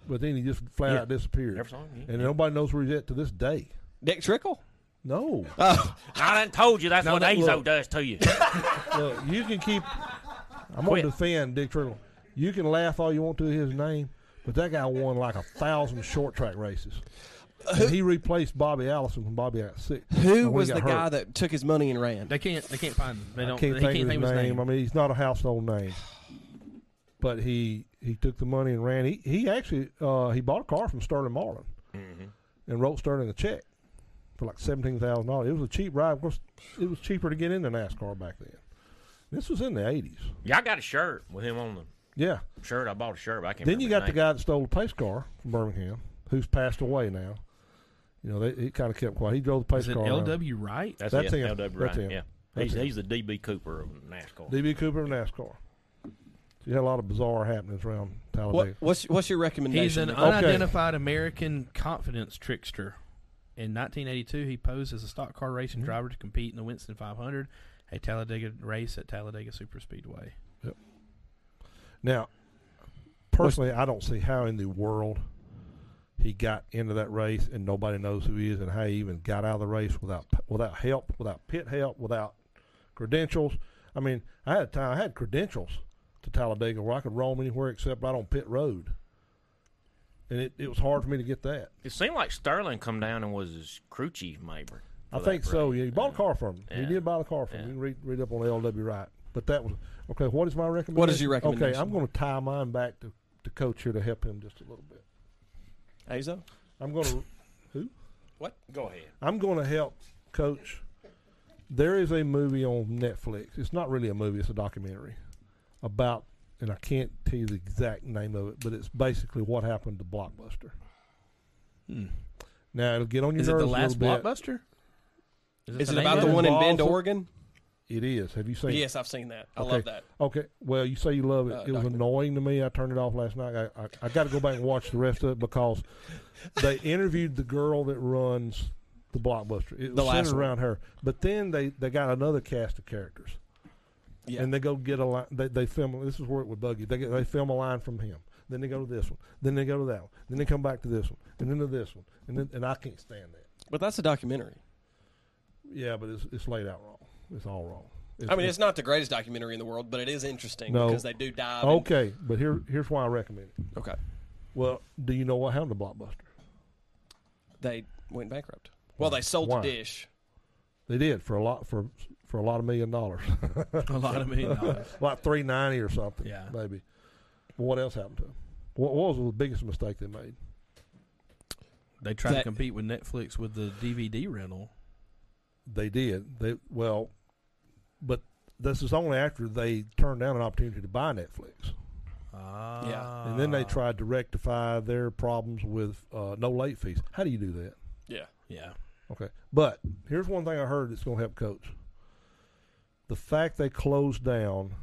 but then he just flat out disappeared.
Never saw him again.
And nobody knows where he's at to this day.
Dick Trickle.
*laughs*
No.
I done told you that's
Now
what
that-
Azo
look.
does
*laughs*
to you.
Look, you can keep. I'm going
Quit.
to defend Dick Trickle. You can laugh all you want to his name, but that guy won like a thousand short track races. And he replaced Bobby Allison when Bobby got sick.
Who was the guy that took his money and ran?
They can't. They can't find him. They don't.
can't
they
think
can't
of his, name. I mean, he's not a household name, but he he took the money and ran. He he actually uh, he bought a car from Sterling Marlin and wrote Sterling a check for like seventeen thousand dollars. It was a cheap ride. Of course, it was cheaper to get into NASCAR back then. This was in the eighties.
Yeah, I got a shirt with him on the
Yeah.
shirt. I bought a shirt, but I can't.
Then you got
remember
the
his name.
guy that stole the pace car from Birmingham, who's passed away now. You know, they, he kind of kept quiet. He drove the pace
Is it
car. around.
L.W. Wright?
That's,
That's
it,
him.
LW
That's
Ryan,
him.
Yeah,
That's
he's,
him.
he's the DB Cooper of NASCAR.
DB Cooper of NASCAR. So you had a lot of bizarre happenings around Talladega.
What, what's what's your recommendation?
He's an
uh,
Nick?
unidentified American confidence trickster. In 1982, he posed as a stock car racing driver to compete in the Winston 500, a Talladega race at Talladega Superspeedway.
Now, personally, I don't see how in the world he got into that race and nobody knows who he is and how he even got out of the race without without help, without pit help, without credentials. I mean, I had time, I had credentials to Talladega where I could roam anywhere except out on pit road, and it, it was hard for me to get that.
It seemed like Sterling come down and was his crew chief neighbor.
I think so. Yeah, he bought a car from him. He
Yeah.
did buy the car from him. You can read, read up on L.W. Wright. But that was okay. What is my recommendation?
What is your
Okay,
recommendation?
I'm going to tie mine back to, to coach here to help him just a little bit.
Azo?
I'm going to who?
What? Go ahead.
I'm going to help coach. There is a movie on Netflix. It's not really a movie. It's a documentary about, and I can't tell you the exact name of it, but it's basically what happened to Blockbuster. Now it'll get on your
Hmm. Is it
nerves
the last
a little bit.
blockbuster?
Is it
name
about
of
the
it?
one in Bend,
Involves-
Oregon?
It is. Have you seen? it?
Yes, I've seen that. I
Okay.
love that.
Okay. Well, you say you love it.
Uh,
it was
documentary.
annoying to me. I turned it off last night. I, I, I got to go back and watch the rest of it because they interviewed the girl that runs the blockbuster. It was
The last
centered
one.
around her. But then they, they got another cast of characters.
Yeah.
And they go get a line. They, they film. This is where it would bug you. They get, they film a line from him. Then they go to this one. Then they go to that one. Then they come back to this one. And then to this one. And then and I can't stand that.
But that's a documentary.
Yeah, but it's it's laid out wrong. It's all wrong.
I mean, it's not the greatest documentary in the world, but it is interesting
No. Oh.
because they do dive. in-
okay. But here here's why I recommend it.
Okay.
Well, do you know what happened to Blockbuster?
They went bankrupt. Well, they sold
Why?
the dish.
They did for a lot for for a lot of million dollars,
*laughs*
*laughs*
A lot of million dollars.
like three ninety or something,
Yeah.
maybe. What else happened to them? What, what was the biggest mistake they made?
*laughs* They tried to
That-
compete with Netflix with the DVD rental.
They did they well, but this is only after they turned down an opportunity to buy Netflix,
Ah.
and then they tried to rectify their problems with uh, no late fees. How do you do that?
Yeah.
Yeah.
Okay. But here's one thing I heard that's going to help coach. The fact they closed down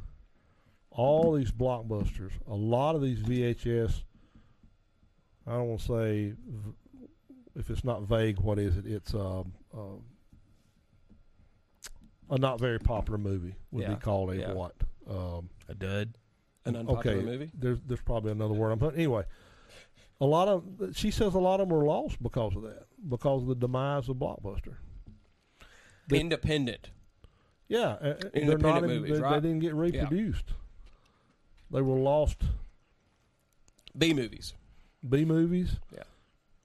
all these blockbusters, a lot of these VHS, I don't want to say v- if it's not vague, what is it? It's um, um, a not very popular movie, would
Yeah.
be called a
Yeah.
what? Um,
A dud.
An unpopular
okay,
movie.
There's there's probably another word. I'm putting anyway. A lot of she says a lot of them were lost because of that, because of the demise of blockbuster. the-
Independent.
Yeah, uh, uh, they're
Independent
not. In,
movies,
they,
right?
they didn't get reproduced. They were lost.
B movies.
B movies.
Yeah.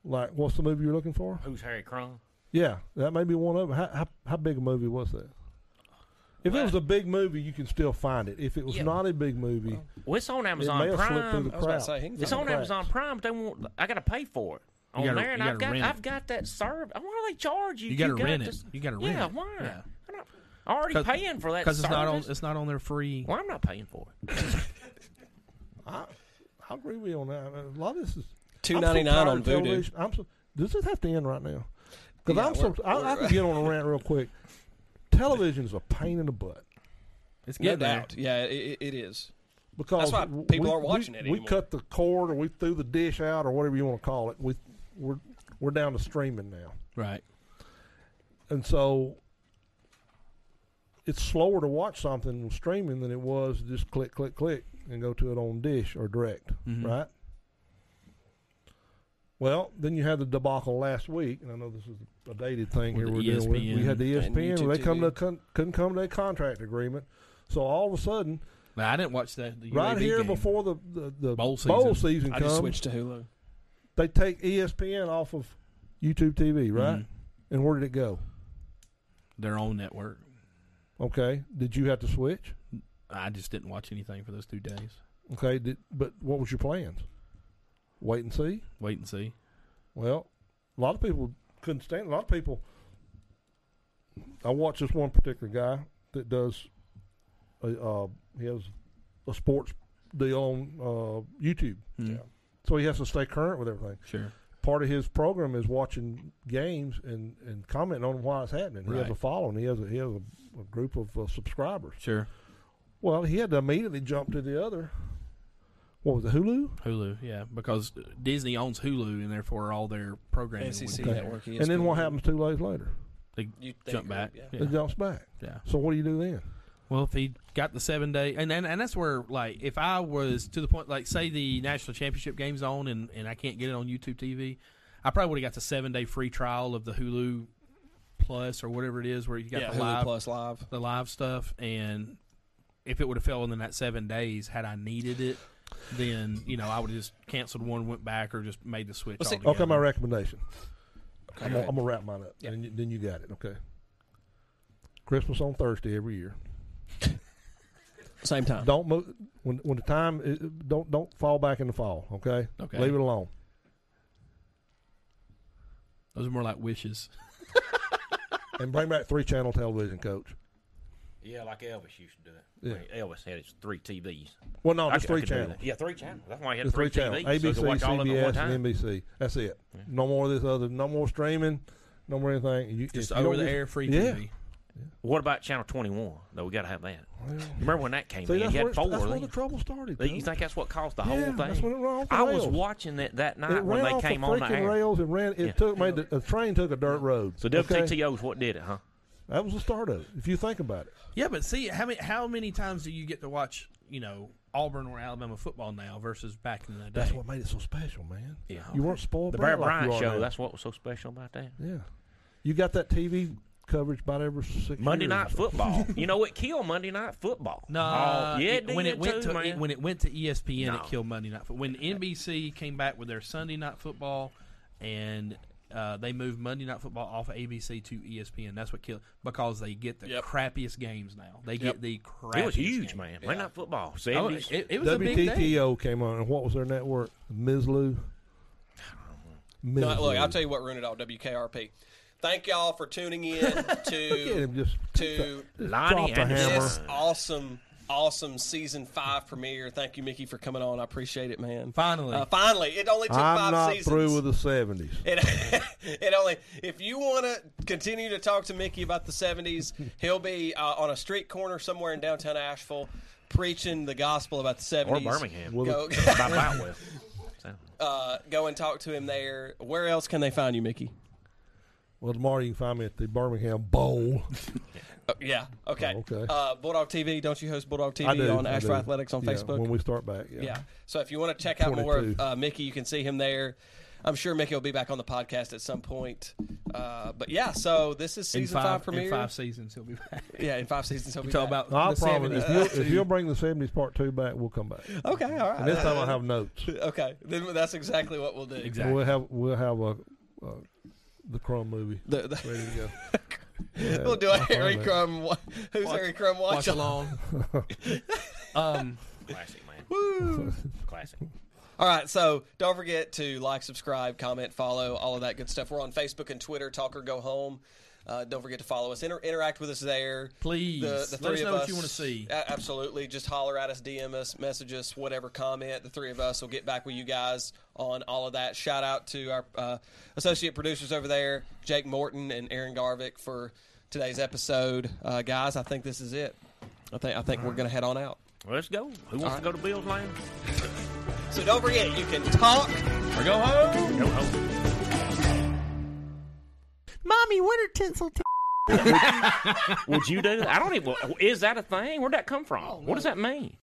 Like what's the movie you're looking for?
Who's Harry Crumb?
Yeah, that may be one of them. How, how, how big a movie was that? If it was a big movie, you can still find it. If it was
Yeah.
not a big movie,
Well, it's on Amazon
it may have slipped through
Prime.
the
I was about
crowd.
to say, he can
It's
find
on
cracks.
Amazon Prime. They won't. I got to pay for it on
gotta-
there, and
you gotta
I've got
rent it.
I've got that service. Why do they charge you?
You gotta
got
rent
this-
it. You gotta
yeah,
rent it.
Why?
Yeah.
I'm not- I'm already paying for that
because it's not on.
service.
It's not on their free.
Well, I'm not paying for it.
I agree with you on that. A lot of this is
Two ninety nine on Voodoo.
Voodoo. I'm so, does this have to end right now? Because
Yeah,
I'm so
we're-
I, I
we're- *laughs*
can get on a rant real quick. Television is a pain in the butt.
It's
No
good there.
doubt. Yeah, it, it is.
because
That's why
w-
people
we-
aren't watching
we,
it
We
anymore.
cut the cord, or we threw the dish out, or whatever you want to call it. We we're we're down to streaming now,
Right.
and so it's slower to watch something with streaming than it was to just click, click, click, and go to it on dish or direct,
Hmm.
Mm-hmm.
right? Well, then you had the debacle last week, and I know this is a dated thing
With
here
the
E
we're dealing with. We
ESPN
had the E
and
ESPN,
YouTube
they come to
TV.
a con- couldn't come to a contract agreement, so all of a sudden
Now, I didn't watch that. The
right
UAB
here
game.
before the the, the
Bowl season.
bowl season,
I just
comes,
switched to Hulu.
they take E ESPN off of YouTube TV, right?
Mhm.
And where did it go?
their own network.
Okay, did you have to switch?
I just didn't watch anything for those two days.
Okay, did, but what was your plans? Wait and see.
Wait and see.
Well, a lot of people couldn't stand. A lot of people. I watch this one particular guy that does. A, uh, he has a sports deal on uh, YouTube,
Mhm.
so he has to stay current with everything.
Sure.
part of his program is watching games and, and commenting on why it's happening. He has a
Right.
following. He has a, he has a, a group of uh, subscribers.
Sure.
Well, he had to immediately jump to the other. What was it, Hulu?
Hulu. Yeah, because Disney owns Hulu, and therefore all their programming. would
SEC
be there.
E network. E
and then
ESPN.
what happens two days later?
They
You think
jump
or-
back.
yeah.
Yeah.
It jumps back.
Yeah.
So what do you do then?
Well, if he got the seven day, and, and and that's where like if I was to the point like say the national championship game's on and and I can't get it on YouTube TV, I probably would have got the seven day free trial of the Hulu Plus or whatever it is where you got
Yeah,
the
Hulu
live
Plus Live.
the live stuff and. If it would have fell within that seven days, had I needed it, then you know I would have just canceled one, went back, or just made the switch.
Well, see-
altogether.
Okay, my recommendation. I'm
go
gonna,
ahead.
I'm gonna wrap mine up, and you, then you got it. Okay. Christmas on Thursday every year.
Same
Uh-huh.
time.
Don't move when when the time. Is, don't don't fall back in the fall. Okay.
Okay.
Leave it alone.
Those are more like wishes.
and bring back three channel television, Coach.
Yeah, like Elvis used to do it.
Yeah.
Like Elvis had his three TVs.
Well, no,
I
just
c- I
three
could do that.
channels.
Yeah, three channels. That's why he had
The three
three,
channels:
TVs. so he could
ABC,
watch all of them at one
CBS,
time.
and NBC. That's it. No more of this other. No more streaming. No more anything. You,
Just
if you don't
over the
get-
air free
yeah.
TV.
What about Channel 21? Though we got to have that. Remember when that came
See,
in?
that's,
You
where,
had
it-
four.
that's where
then.
the trouble started.
you
dude.
think that's what caused the
Yeah,
whole thing?
that's when it ran off the
I was
rails.
watching that that
it
night
ran
when they
off
came
the
on the
freaking
air.
rails and ran. It
Yeah.
took made the, a train took a dirt road.
So
okay?
WTTO's what did it, huh?
That was the start of it. If you think about it,
Yeah, but see how many how many times do you get to watch you know Auburn or Alabama football now versus back in the day?
that's what made it so special, man.
Yeah.
You weren't spoiled.
The
brat
Bear
like you
Bryant
are
show.
now.
That's what was so special about that.
yeah. You got that TV coverage about every six
Monday
years or
Night
so.
Football. you know what killed Monday Night Football?
no,
Oh, yeah,
it- when it went
too,
to
man.
when it went to E ESPN,
No.
it killed Monday night. But when NBC came back with their Sunday night football, and uh, they moved Monday night football off of ABC to E ESPN, that's what killed because they get the
Yep.
crappiest games now. They
Yep.
get the crappiest.
it was huge,
games.
man. Monday Night Football.
Oh,
70s.
it, it was a big
uh,
day.
WTTO came on, and what was their network? Mizlu. Mizlu.
No, look, I'll tell you what ruined it all. WKRP. Thank y'all for tuning in
Look at
to
him just
to
Lonnie
Drop the
and his
hammer.
this
son.
awesome, awesome season five premiere. Thank you, Mickey, for coming on. I appreciate it, man.
Finally.
Uh, finally, it only took
I'm
five
not
seasons.
through with the seventies.
*laughs* It, it only if you want to continue to talk to Mickey about the
*laughs*
'70s, he'll be uh, on a street corner somewhere in downtown Asheville, preaching the gospel about the '70s
Or
*laughs*
Birmingham.
*laughs*
Well,
Go,
By Boutwell. So,
uh, go and talk to him there. Where else can they find you, Mickey?
Well, tomorrow you can find me at the Birmingham Bowl.
Oh, yeah. Okay.
Oh, okay.
Uh, Bulldog TV. Don't you host Bulldog TV
I do
on
I
Ashford
do.
Athletics on
Yeah,
Facebook?
when we start back. Yeah.
yeah. So if you want to check out more of
22.
uh, Mickey, you can see him there. I'm sure Mickey will be back on the podcast at some point. Uh, but yeah, so this is
in
season
five,
premiere.
in five seasons, he'll be back.
Yeah, in five seasons. He'll be
Talk
back.
about
I'll
the
promise
70s.
if
*laughs*
you'll, if you'll bring the seventies part two back, we'll come back.
Okay, all right.
And this time I'll have notes.
okay, then that's *laughs* exactly what we'll do.
Exactly.
We'll have we'll have a, uh the Crumb movie
The- the-
ready to
*laughs*
go.
we'll do a
I'll find
Harry
it.
Crumb. wa- Who's Harry Crumb watch,
watch
along?
along. *laughs* um,
classic, man. classic.
All right, so don't forget to like, subscribe, comment, follow, all of that good stuff. We're on Facebook and Twitter. Talk or go home. Uh, don't forget to follow us. Inter- interact with us there.
Please.
The, the
Let
three
us
of
know what you wanna
us-
see.
a- absolutely. Just holler at us, DM us, message us, whatever comment. The three of us will get back with you guys on all of that. Shout out to our uh, associate producers over there, Jake Morton and Aaron Garvick, for today's episode. Uh, guys, I think this is it. I think I think we're going to head on out.
Let's go. Who wants to go to Bill's Land?
So don't forget, you can talk or go home.
Go home.
Mommy, what are tinsel?
*laughs*
T- Oh,
Would you do that? I don't even. Is that a thing? Where'd that come from? What does that mean?